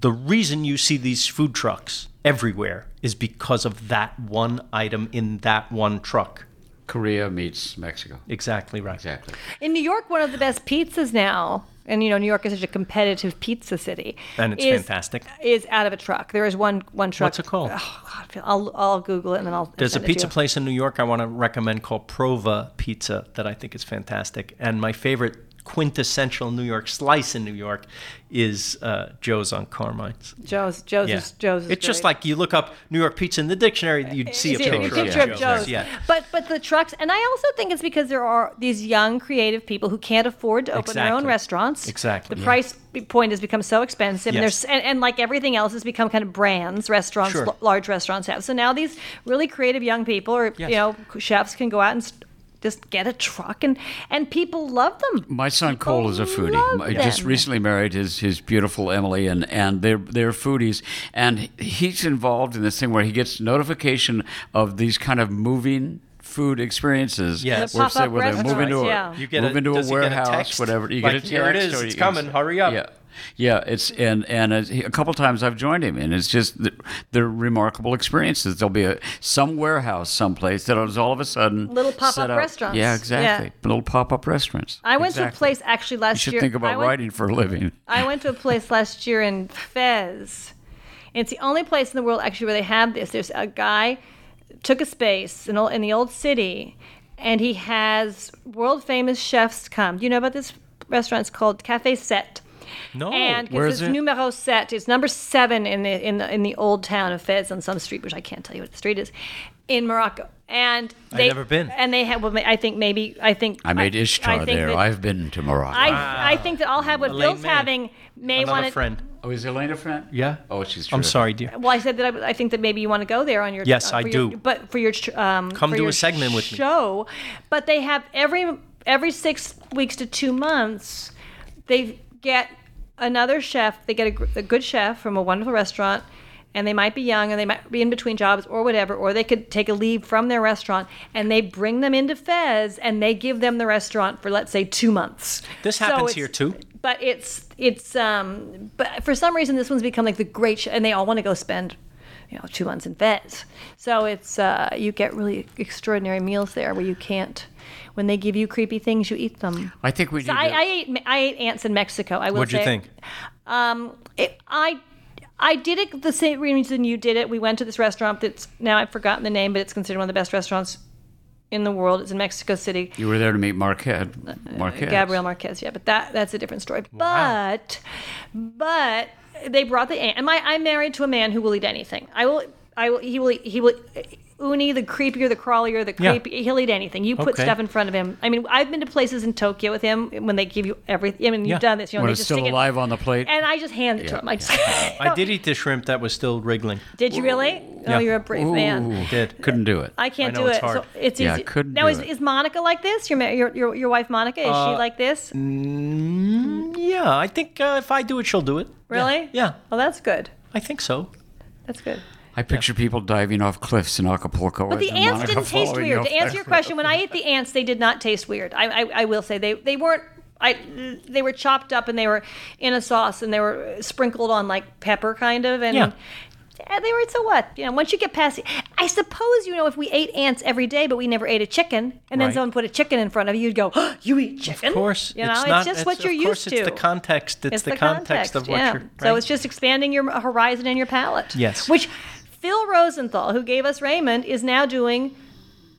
S4: The reason you see these food trucks everywhere is because of that one item in that one truck.
S2: Korea meets Mexico.
S4: Exactly right.
S2: Exactly.
S3: In New York, one of the best pizzas now, and you know New York is such a competitive pizza city,
S4: And it's
S3: is-
S4: fantastic.
S3: Is out of a truck. There is one one truck.
S4: What's it called?
S3: Oh, God, Phil, I'll I'll Google it and then I'll.
S4: There's a
S3: send it to
S4: pizza
S3: you.
S4: place in New York I want to recommend called Prova Pizza that I think is fantastic. And my favorite quintessential New York slice in New York is uh, Joe's on Carmine's.
S3: Joe's Joe's
S4: Yeah.
S3: is, Joe's. Is
S4: it's just
S3: great.
S4: like you look up New York pizza in the dictionary, you'd see a
S3: It's
S4: picture,
S2: picture
S4: of,
S2: of
S4: Joe's.
S3: Joe's.
S4: Yeah.
S3: But but the trucks, and I also think it's because there are these young creative people who can't afford to open their own
S4: Exactly.
S3: restaurants.
S4: Exactly.
S3: The
S4: Yeah.
S3: price point has become so expensive, and
S4: Yes.
S3: there's and, and like everything else has become kind of brands. Restaurants,
S4: Sure.
S3: l- large restaurants have. So now these really creative young people, or
S4: Yes.
S3: you know, chefs can go out and. St- just get a truck and and people love them.
S2: My son Cole is a foodie.
S3: love
S2: My- Just
S3: them.
S2: recently married his his beautiful Emily, and and they're they're foodies, and he's involved in this thing where he gets notification of these kind of moving food experiences.
S4: Yes. The
S2: where, say,
S3: pop-up
S2: where they move
S3: restaurants,
S2: into a
S3: yeah.
S4: You get
S2: move
S4: a-
S2: into a
S4: does he get a
S2: warehouse,
S4: text?
S2: whatever. You
S4: Like,
S2: get a
S4: "Here it
S2: text
S4: is,
S2: or
S4: it's
S2: you get-
S4: coming, hurry up.
S2: Yeah. Yeah, it's and and a, a couple times I've joined him, and it's just th- they're remarkable experiences. There'll be a some warehouse someplace that is all of a sudden
S3: Little pop-up
S2: set up-
S3: restaurants.
S2: Yeah, exactly. Little pop up restaurants.
S3: I went to a
S2: Exactly.
S3: place actually
S2: You
S3: last
S2: should
S3: year.
S2: think about
S3: I went,
S2: writing for a living.
S3: I went to a place last year in Fez. And it's the only place in the world actually where they have this. There's a guy took a space in, ol- in the old city, and he has world famous chefs come. Do you know about this restaurant? It's called Cafe Set.
S4: No.
S3: and 'cause
S2: Oh, where
S3: it's
S2: is it?
S3: numero set, it's number seven in the in the in the old town of Fez on some street, which I can't tell you what the street is, in Morocco. And they,
S4: never been.
S3: And they have. Well, I think maybe I think
S2: I made Ishtar
S3: think
S2: there.
S3: that-
S2: I've been to Morocco.
S3: I, I think that I'll have what
S4: Elaine
S3: Bill's
S4: May.
S3: having. May
S4: Another
S3: want to.
S4: friend.
S2: oh, is Elena friend?
S4: Yeah.
S2: Oh, she's.
S4: I'm
S2: terrific.
S4: sorry, dear.
S3: Well, I said that I, would- I think that maybe you want to go there on your.
S4: Yes,
S3: uh,
S4: I
S3: for your-
S4: do.
S3: But for your tr- um,
S4: Come
S3: for
S4: do
S3: your
S4: a segment with me.
S3: show, but they have every every six weeks to two months, they get another chef. They get a, gr- a good chef from a wonderful restaurant. And they might be young, and they might be in between jobs or whatever, or they could take a leave from their restaurant, and they bring them into Fez, and they give them the restaurant for let's say two months.
S4: This
S3: So
S4: happens
S3: it's-
S4: here too.
S3: but it's it's um but for some reason this one's become like the great sh- and they all want to go spend you know two months in Fez. so it's uh you get really extraordinary meals there where you can't when they give you creepy things you eat them
S2: I think we. Need
S3: I,
S2: to-
S3: I ate I ate ants in Mexico I will
S4: What'd you
S3: say.
S4: think?
S3: um it, I I did it the same reason you did it we went to this restaurant that's now I've forgotten the name but it's considered one of the best restaurants in the world it's in Mexico City
S2: you were there to meet Marquette.
S3: Uh,
S2: Marquette.
S3: Gabriel Marquez. Yeah, but that that's a different story. But but they brought the aunt. Am I? I'm married to a man who will eat anything. I will. I will. He will. eat- He will. Uni, the creepier, the crawlier, the
S4: Yeah.
S3: creepy. He'll eat anything. You put
S4: Okay.
S3: stuff in front of him. I mean, I've been to places in Tokyo with him when they give you everything. I mean, you've
S4: Yeah.
S3: done this. You know,
S2: When
S3: they
S2: it's
S3: just
S2: still
S3: stick it-
S2: alive on the plate.
S3: And I just hand it to
S2: Yeah.
S3: him. I just. [LAUGHS]
S4: I did eat the shrimp that was still wriggling.
S3: Did you really?
S4: Yeah.
S3: Oh, you're a brave man.
S2: Ooh,
S4: Did.
S2: Couldn't do it.
S3: I can't
S4: I
S3: do
S4: know it's
S3: it.
S4: hard.
S3: So it's
S2: Yeah, I
S3: easy.
S2: couldn't
S3: now
S2: do
S3: is,
S2: it.
S3: is Monica like this? Your ma- your your, your wife Monica is
S4: Uh,
S3: she like this?
S4: Mm, yeah, I think uh, if I do it, she'll do it.
S3: Really?
S4: Yeah,
S3: Well, that's good.
S4: I think so.
S3: That's good.
S2: I picture people diving off cliffs in Acapulco.
S3: But the ants didn't taste weird. To answer your question, when I ate the ants, they did not taste weird. I, I, I will say they they weren't. I they were chopped up and they were in a sauce and they were sprinkled on like pepper kind of and.
S4: Yeah.
S3: Yeah, they were so what? You know, once you get past, I suppose you know if we ate ants every day, but we never ate a chicken, and then
S4: Right.
S3: someone put a chicken in front of you, you'd go, [GASPS] "Oh, "You eat chicken?"
S4: Of course,
S3: you know, it's, just what
S4: of
S3: you're
S4: course
S3: used to.
S4: It's the context. It's,
S3: It's
S4: the, context, of what
S3: yeah.
S4: you're. Right?
S3: So it's just expanding your horizon and your palate.
S4: Yes.
S3: Which Phil Rosenthal, who gave us Raymond, is now doing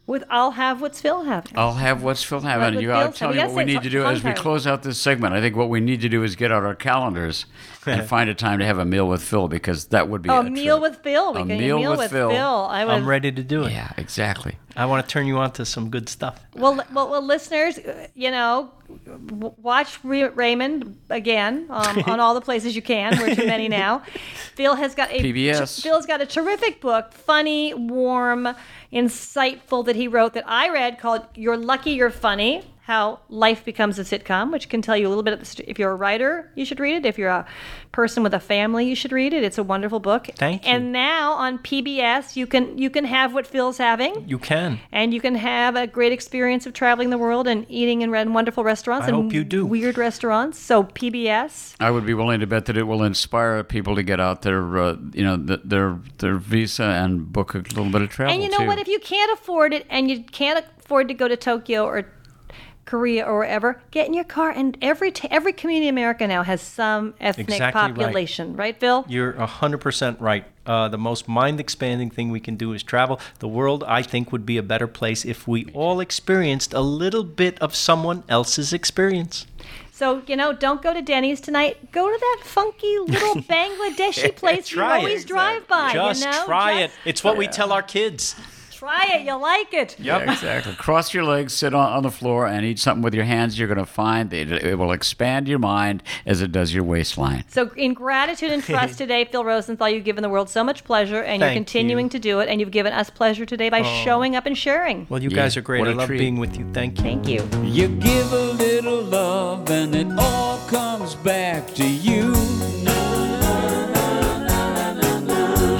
S3: with I'll have what's Phil having.
S2: I'll have what's Phil having.
S3: with
S2: You, I'll
S3: Bill's
S2: tell
S3: having.
S2: you
S3: Yes,
S2: what we
S3: it's
S2: need to do
S3: on
S2: as we
S3: time.
S2: close out this segment. I think what we need to do is get out our calendars and find a time to have a meal with Phil because that would be
S3: Oh,
S2: a
S3: a meal
S2: trip.
S3: with Phil. We
S2: A
S3: can eat
S2: meal with Phil.
S3: I
S4: I'm
S3: would.
S4: ready to do it.
S2: Yeah, exactly.
S4: I want to turn you on to some good stuff.
S3: Well, li- well, well, listeners, uh, you know, w- watch Re- Raymond again um, on all the places you can. We're too many now.
S4: [LAUGHS]
S3: Phil has got a
S2: PBS.
S3: Phil's got a terrific book, funny, warm, insightful that he wrote that I read called "You're Lucky You're Funny." How life becomes a sitcom, which can tell you a little bit. Of the st- if you're a writer, you should read it. If you're a person with a family, you should read it. It's a wonderful book.
S4: Thank you.
S3: And now on PBS, you can you can have what Phil's having
S4: You can.
S3: and you can have a great experience of traveling the world and eating in red- wonderful restaurants
S4: I
S3: and
S4: hope you do.
S3: weird restaurants. So PBS,
S2: I would be willing to bet that it will inspire people to get out their, uh, you know, th- their their visa and book a little bit of travel.
S3: and you know
S2: too.
S3: what? If you can't afford it and you can't afford to go to Tokyo or Korea or wherever, get in your car. And every t- every community in America now has some ethnic
S4: Exactly right.
S3: population, right, Phil?
S4: You're 100% right. Uh, the most mind expanding thing we can do is travel. The world, I think, would be a better place if we all experienced a little bit of someone else's experience.
S3: So you know, don't go to Denny's tonight. Go to that funky
S4: [LAUGHS]
S3: little Bangladeshi place you
S4: Try it.
S3: always drive by. Ah,
S4: Just
S3: you know?
S4: try
S3: Just
S4: it. It's what we tell our kids.
S3: Try it. You'll like it.
S2: Yeah, exactly. Cross your legs, sit on, on the floor, and eat something with your hands. You're going to find that it, it will expand your mind as it does your waistline.
S3: So, in gratitude and
S4: [LAUGHS]
S3: trust today, Phil Rosenthal, you've given the world so much pleasure, and
S4: Thank
S3: you're continuing
S4: you. Oh.
S3: to do it, and you've given us pleasure today by showing up and sharing.
S4: Well, you
S2: Yeah,
S4: guys are great.
S2: what
S4: I
S2: a
S4: love
S2: treat.
S4: being with you. Thank you.
S3: Thank you.
S6: You give a little love and it all comes back to you.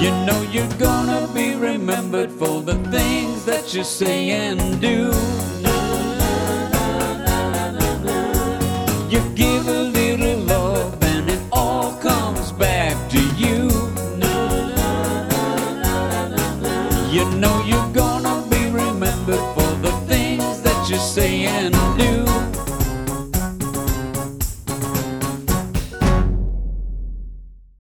S6: You know you're gonna be remembered for the things that you say and do.